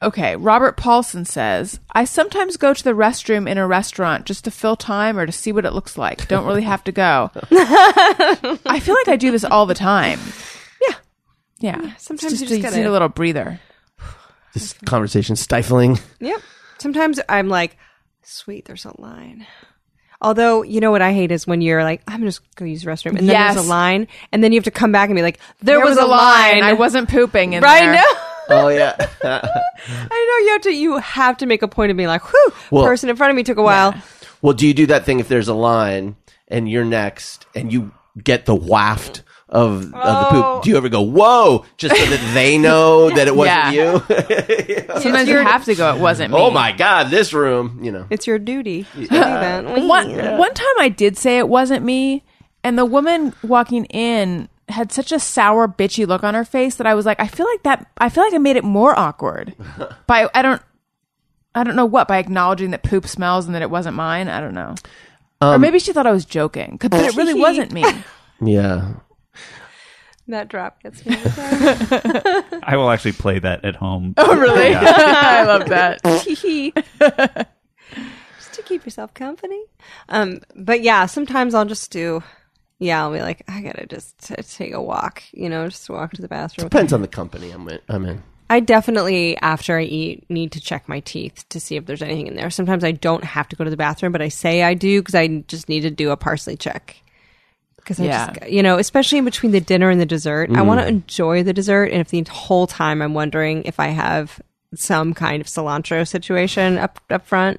Okay, Robert Paulson says, I sometimes go to the restroom in a restaurant just to fill time or to see what it looks like. Don't really have to go. I feel like I do this all the time. Yeah. Yeah.
sometimes
It's just,
you just
you
gotta-
need a little breather.
This conversation stifling.
Yep. Sometimes I'm like, sweet, there's a line. Although, you know what I hate is when you're like, I'm just going to use the restroom. And then
Yes.
there's a line. And then you have to come back and be like, there,
There was, a line. I wasn't pooping in
Right?
there.
No.
Oh yeah.
I know you have to, you have to make a point of being like, whew,
Well-
person in front of me took a while.
well, do you do that thing if there's a line and you're next and you get the waft of, of
Oh.
the poop? Do you ever go, "Whoa," just so that they know that it wasn't
Yeah.
you?
Sometimes you have to go. It wasn't me.
oh my god, this room. You know.
It's your duty to do that.
One, one time I did say it wasn't me, and the woman walking in had such a sour, bitchy look on her face that I was like, I feel like that. I feel like I made it more awkward by I don't, I don't know what by acknowledging that poop Um, smells and that it wasn't mine. I don't know. or maybe she thought I was joking, 'cause- but it really wasn't me.
Yeah.
That drop gets me.
I will actually play that at home.
Oh, really? I love that.
just to keep yourself company. Um, but yeah, sometimes I'll just do. Yeah, I'll be like, I gotta just t- take a walk. You know, just walk to the bathroom.
Depends on the company I'm in. I'm in.
I definitely, after I eat, need to check my teeth to see if there's anything in there. Sometimes I don't have to go to the bathroom, but I say I do because I just need to do a parsley check. Because I
Yeah. Mm.
just, you know, especially in between the dinner and the dessert, I want to enjoy the dessert. And if the whole time I'm wondering if I have some kind of cilantro situation up up front,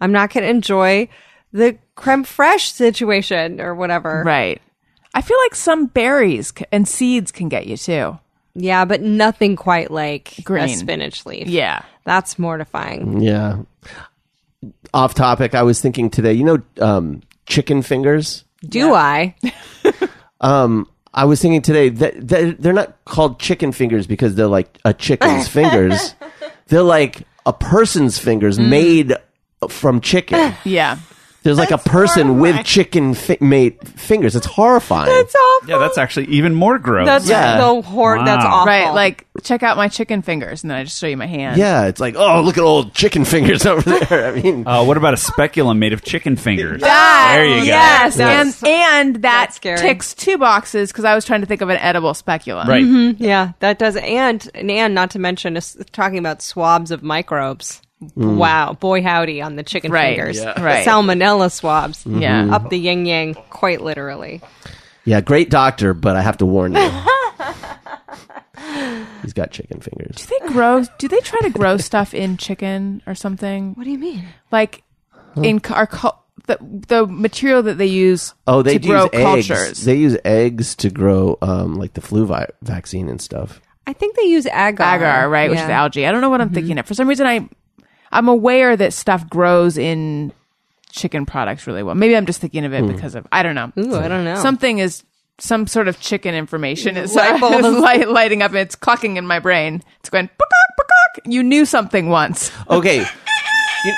I'm not going to enjoy the creme fraiche situation or whatever.
Right. I feel like some berries c- and seeds can get you too.
Yeah, but nothing quite like a
Green.
spinach leaf.
Yeah. Mm-hmm.
That's mortifying.
Yeah. Off topic. I was thinking today. You know, um, chicken fingers.
Do I?
I was thinking today that, that they're not called chicken fingers because they're like a chicken's fingers. They're like a person's fingers made from chicken.
Yeah.
There's like a person with chicken fi- made fingers. It's horrifying.
It's awful.
yeah, that's actually even more gross.
That's
Yeah.
so hor- That's
Wow.
awful.
Right. Like, check out my chicken fingers, and then I just show you my hand.
yeah, it's like, oh, look at old chicken fingers over there. I mean,
uh, what about a speculum made of chicken fingers? there you go.
Yes,
That's-
and and that
that's scary.
ticks two boxes because I was trying to think of an edible speculum.
Right.
yeah, that does. And and not to mention us talking about swabs of microbes. Wow, boy howdy on the chicken
Mm. Right.
fingers.
Yeah.
The
Right. Mm-hmm.
salmonella swabs.
Yeah.
Up the yin yang, quite literally.
yeah, great doctor, but I have to warn you. He's got chicken fingers.
Do they grow? Do they try to grow stuff in chicken or something?
What do you mean?
Like in cu- our cul- the the material that they use.
Oh, they
to grow
use eggs.
cultures.
They use eggs to grow um, like the flu vi- vaccine and stuff.
I think they use agar.
agar, right? Which is
Yeah.
algae. I don't know what I'm thinking of. For some reason, I I'm aware that stuff grows in chicken products really well. Maybe I'm just thinking of it because of I don't know.
Ooh, I don't know.
Oh.
Something is some sort of chicken information is
Light bulb is-
light, lighting up. It's clocking in my brain. It's going "Pukak, pukak." You knew something once.
Okay. You-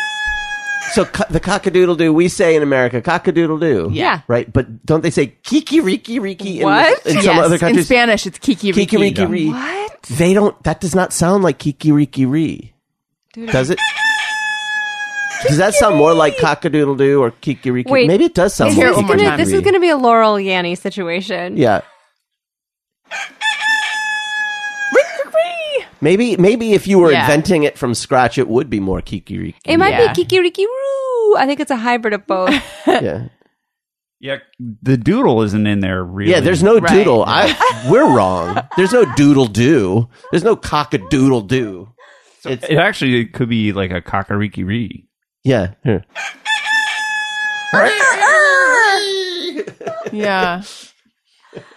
so co- the cockadoodle doo we say in America cockadoodle doo.
Yeah.
Right, but don't they say kikiriki riki in,
What?
in some
Yes.
other
in
countries?
Spanish, it's kiki riki.
Kikiriki ri. What? They don't. That does not sound like kikiriki ri. Does it? Does that sound more like cockadoodle doo or kikiriki?
Wait.
Maybe it does sound
Hear
more.
it one more
kikiriki.
time.
This is going to be a Laurel Yanny situation.
Yeah. Maybe maybe if you were
Yeah.
inventing it from scratch, it would be more kikiriki.
It might
Yeah.
be kikiriki roo. I think it's a hybrid of both.
yeah.
Yeah, the doodle isn't in there really.
Yeah, there's no
Right.
doodle. I we're wrong. There's no doodle do. There's no cockadoodle do. It's
It actually could be like a cockariki ree.
yeah. Here.
Yeah.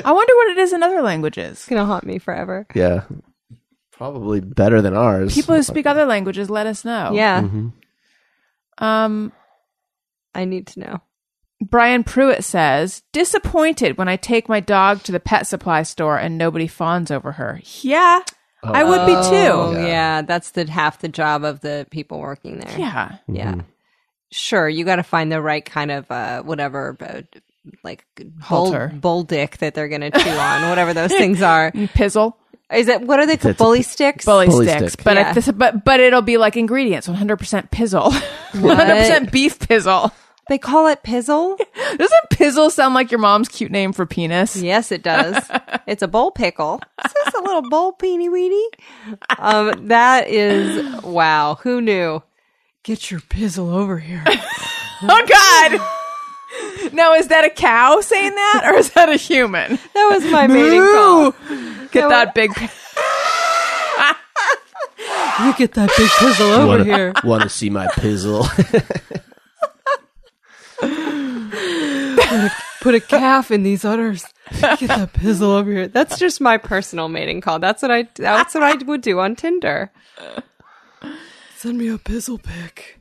I wonder what it is in other languages.
it's going to haunt me forever.
Yeah. Probably better than ours.
People who speak other languages, let us know.
Yeah,
Um,
I need to know.
Brian Pruitt says, disappointed when I take my dog to the pet supply store and nobody fawns over her. Yeah. I would be
Oh,
too.
yeah. that's the half the job of the people working there.
Yeah.
Yeah.
Mm-hmm.
Sure, you got to find the right kind of uh, whatever, uh, like bull,
Halter.
bull dick that they're going to chew on, whatever those things are.
Pizzle.
Is it what are they called? Bully sticks?
Bully,
Bully
sticks.
stick.
But,
Yeah.
if this, but but it'll be like ingredients 100% pizzle. 100% beef pizzle.
They call it pizzle.
Doesn't pizzle sound like your mom's cute name for penis?
yes, it does. It's a bowl pickle. It's just a little bowl peeny weeny. Um, that is wow. Who knew? Get your pizzle over here.
Oh, God. Now, is that a cow saying that or is that a human?
That was my mating call.
Ooh. Get that big.
You get that big pizzle over
Wanna-
here.
Want to see my pizzle?
put a calf in these udders. Get that pizzle over here. That's just my personal mating call. That's what I. That's what I would do on Tinder. Send me a pizzle pic.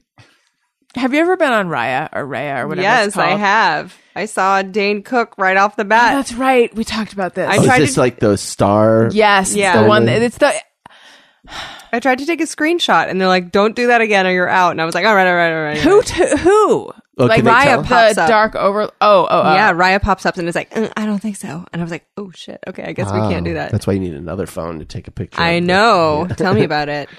Have you ever been on Raya or Raya or whatever? it's
Yes, I
called?
have. I saw Dane Cook right off the
Oh,
bat.
That's right. We talked about this.
I
oh, is
tried
this
to-
like the star?
yes,
Yeah.
it's the one. That, it's the
I tried to take a screenshot, and they're like, "Don't do that again, or you're out." And I was like, "All right, all right, all right." all right."
who t- who
Oh,
like
can they
Raya
tell?
the
Pops up.
dark over. Oh, oh, oh.
yeah, Raya pops up and is like, "Uh, I don't think so. And I was like, oh shit, okay, I guess we can't do that.
Ah, That's why you need another phone to take a picture.
I
of the-
know. Tell me about it.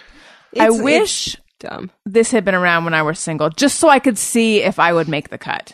I
It's-
wish
it's dumb.
this had been around when I was single, just so I could see if I would make the cut.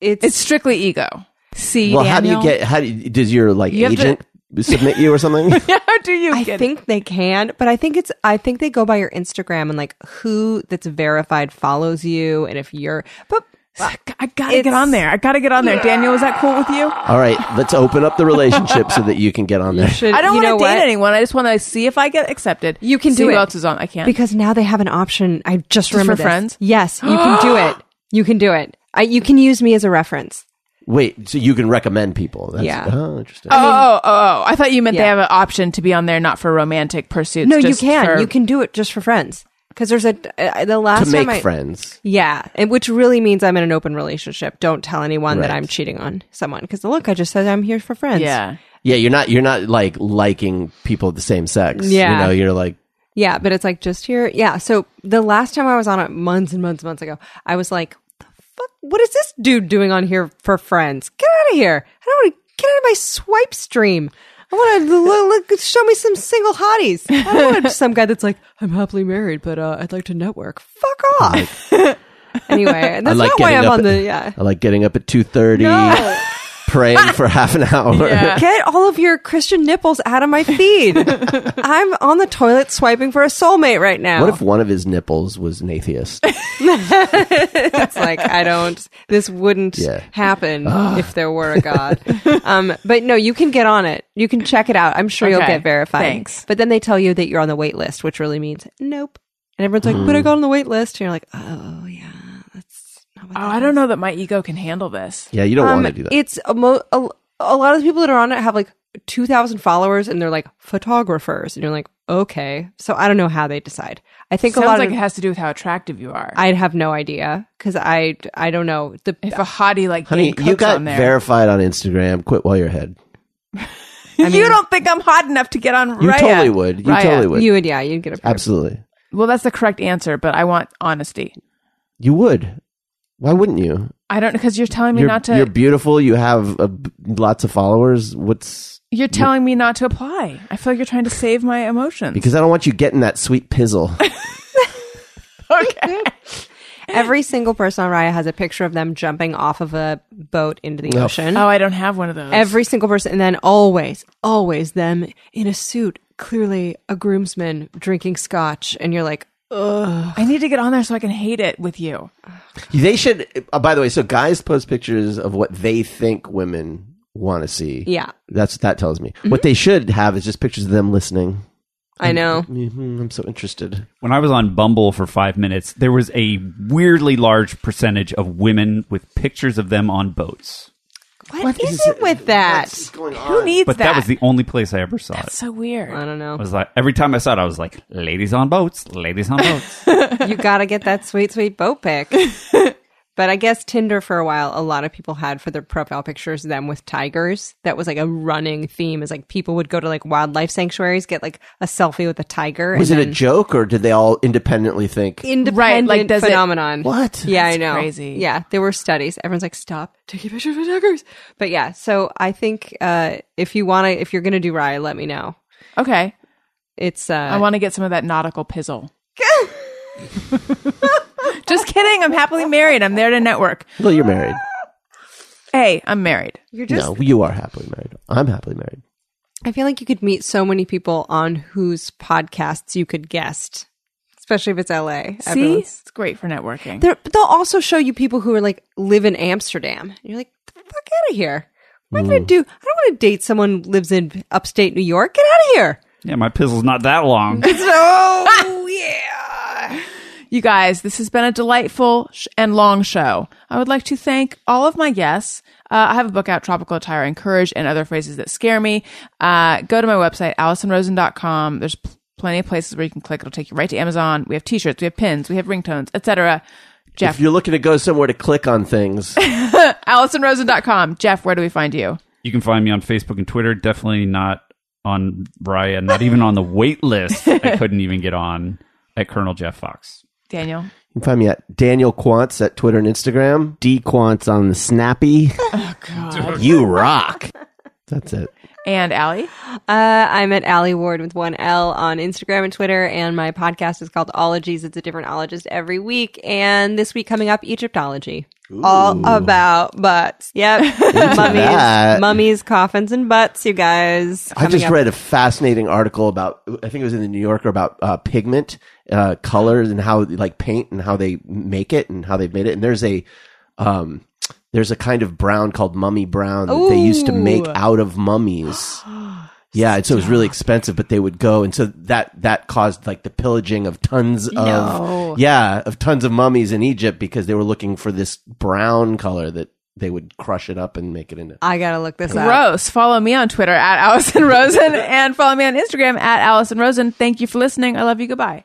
It's,
It's strictly ego. See,
Well, how do you
E
Daniel?
get? How do you, does your like
You have to-
agent submit you or something?
how do you
I
get?
think they can, but I think it's I think they go by your Instagram and like who that's verified follows you and if you're but
I gotta get
It's-
on there. I gotta get on there. Daniel, is that cool with you?
All right, let's open up the relationship so that you can get on there.
should,
I don't
you know
want to date
what?
anyone. I just want to see if I get accepted.
You can
see
do
who
it.
else is on. I can't.
because now they have an option. I just, remember
for
this.
friends?
Yes, you can do it. You can do it. I, you can use me as a reference.
Wait, so you can recommend people? That's,
Yeah.
Oh, interesting.
oh, oh, oh, I thought you meant they
Yeah.
have an option to be on there, not for romantic pursuits.
No,
just
you can.
for-
You can do it just for friends. Because there's a uh, the last
to make
time I,
friends.
Yeah, and which really means I'm in an open relationship. Don't tell anyone that
Right.
I'm cheating on someone. Because look, I just said I'm here for friends.
Yeah.
Yeah, you're not. You're not like liking people of the same sex. you
Yeah.
know, you're like
Yeah, but it's like just here. Yeah. So the last time I was on it months and months and months ago, I was like, the fuck, what is this dude doing on here for friends? Get out of here. I don't want to get out of my swipe stream. I want to look, look, show me some single hotties. I don't want some guy that's like, I'm happily married, but uh, I'd like to network. Fuck off. anyway, that's
I like
not why
getting
I'm
up
on
at,
the, yeah.
I like getting up at two thirty, praying for half an hour.
Get all of your Christian nipples out of my feed. I'm on the toilet swiping for a soulmate right now.
What if one of his nipples was an atheist?
it's like I don't. This wouldn't
Yeah. Ah.
happen if there were a god. um, but no, you can get on it. You can check it out. I'm sure you'll
Okay.
get verified.
Thanks.
But then they tell you that you're on the wait list, which really means nope. And everyone's like, "But I got on the wait list," and you're like, "Oh yeah, that's not what."
Oh, I don't know that my ego can handle this.
Yeah, you don't
Um,
want to do that.
It's a, mo- a, a lot of the people that are on it have like 2,000 followers and they're like photographers. And you're like, okay. So I don't know how they decide. I think a
Sounds
lot
like
of.
it has to do with how attractive you are.
I'd have no idea because I, I don't know. The,
if a hottie like
Honey,
Dane Cook's
you got
on there,
verified on Instagram. Quit while you're ahead.
you don't think I'm hot enough to get on?
You
Raya.
totally would. You
Raya.
totally would.
you would, yeah, you'd get a
Absolutely.
Well, that's the correct answer, but I want honesty.
You would. Why wouldn't you?
I don't because you're telling me
You're,
not to.
you're
You're,
beautiful. You have uh, b- lots of followers. What's
telling me not to apply. I feel like you're trying to save my emotions.
because I don't want you getting that sweet pizzle.
okay.
Every single person on Raya has a picture of them jumping off of a boat into the ocean.
Oh, I don't have one of those.
Every single person, and then always, always them in a suit, clearly a groomsman drinking scotch, and you're like,
I need to get on there so I can hate it with you.
they should. Uh, by the way, so guys post pictures of what they think women want to see.
yeah,
That's that tells me.
Mm-hmm.
What they should have is just pictures of them listening.
I know.
hmm I'm so interested.
When I was on Bumble for five minutes, there was a weirdly large percentage of women with pictures of them on boats.
what is, it with that?
Who needs
But that,
that?
was the only place I ever saw it.
so weird.
I don't know.
I was like, every time I saw it, I was like, ladies on boats, ladies on boats.
you got to get that sweet, sweet boat pic. But I guess Tinder for a while, a lot of people had for their profile pictures them with tigers. That was like a running theme. Is like people would go to like wildlife sanctuaries, get like a selfie with a tiger.
Was
and
it a
then-
joke or did they all independently think?
independent
Right, like, does it-
phenomenon?
What?
Yeah, I
That's
know.
crazy.
Yeah, there were studies. Everyone's like, stop taking pictures of tigers. But yeah, so I think uh, if you want to, if you're gonna do Rye, let me know.
okay.
It's uh,
I want to get some of that nautical pizzle. Just kidding. I'm happily married. I'm there to network.
well, you're married.
Hey, I'm married.
you're just.
no, you are happily married. I'm happily married.
I feel like you could meet so many people on whose podcasts you could guest, especially if it's LA.
See,
Everyone's-
it's great for networking.
They're, but they'll also show you people who are like live in Amsterdam. And you're like, the fuck out of here. I'm not gonna
Mm.
do. I don't want to date someone who lives in upstate New York. Get out of here.
yeah, my pizzle's not that long.
Oh yeah.
You guys, this has been a delightful sh- and long show. I would like to thank all of my guests. Uh, I have a book out, Tropical Attire and Courage and Other Phrases That Scare Me. Uh, go to my website, AllisonRosen.com. There's pl- plenty of places where you can click. It'll take you right to Amazon. We have t-shirts, we have pins, we have ringtones, etc.
If you're looking to go somewhere to click on things,
AllisonRosen.com. Jeff, where do we find you?
You can find me on Facebook and Twitter. Definitely not on Raya, not even on the wait list. I couldn't even get on at Colonel Jeff Fox.
Daniel?
You can find me at Daniel Quantz at Twitter and Instagram. D Quantz on the Snappy.
Oh,
you rock. That's it.
And Allie?
Uh, I'm at Allie Ward with one L on Instagram and Twitter, and my podcast is called Ologies. It's a different ologist every week, and this week coming up, Egyptology. All about butts. Yep,
that.
mummies, mummies, coffins, and butts. You guys,
I
Coming
just
up.
read a fascinating article about, I think it was in the New Yorker about uh, pigment, uh, colors and how like paint and how they make it and how they've made it. And there's a, um, there's a kind of brown called mummy brown that they used to make out of mummies. Yeah, and so it was really expensive, but they would go, and so that that caused like the pillaging of tons of yeah of tons of mummies in Egypt because they were looking for this brown color that they would crush it up and make it into.
I gotta look this up.
Gross. Follow me on Twitter at Allison Rosen and follow me on Instagram at Allison Rosen. Thank you for listening. I love you. Goodbye.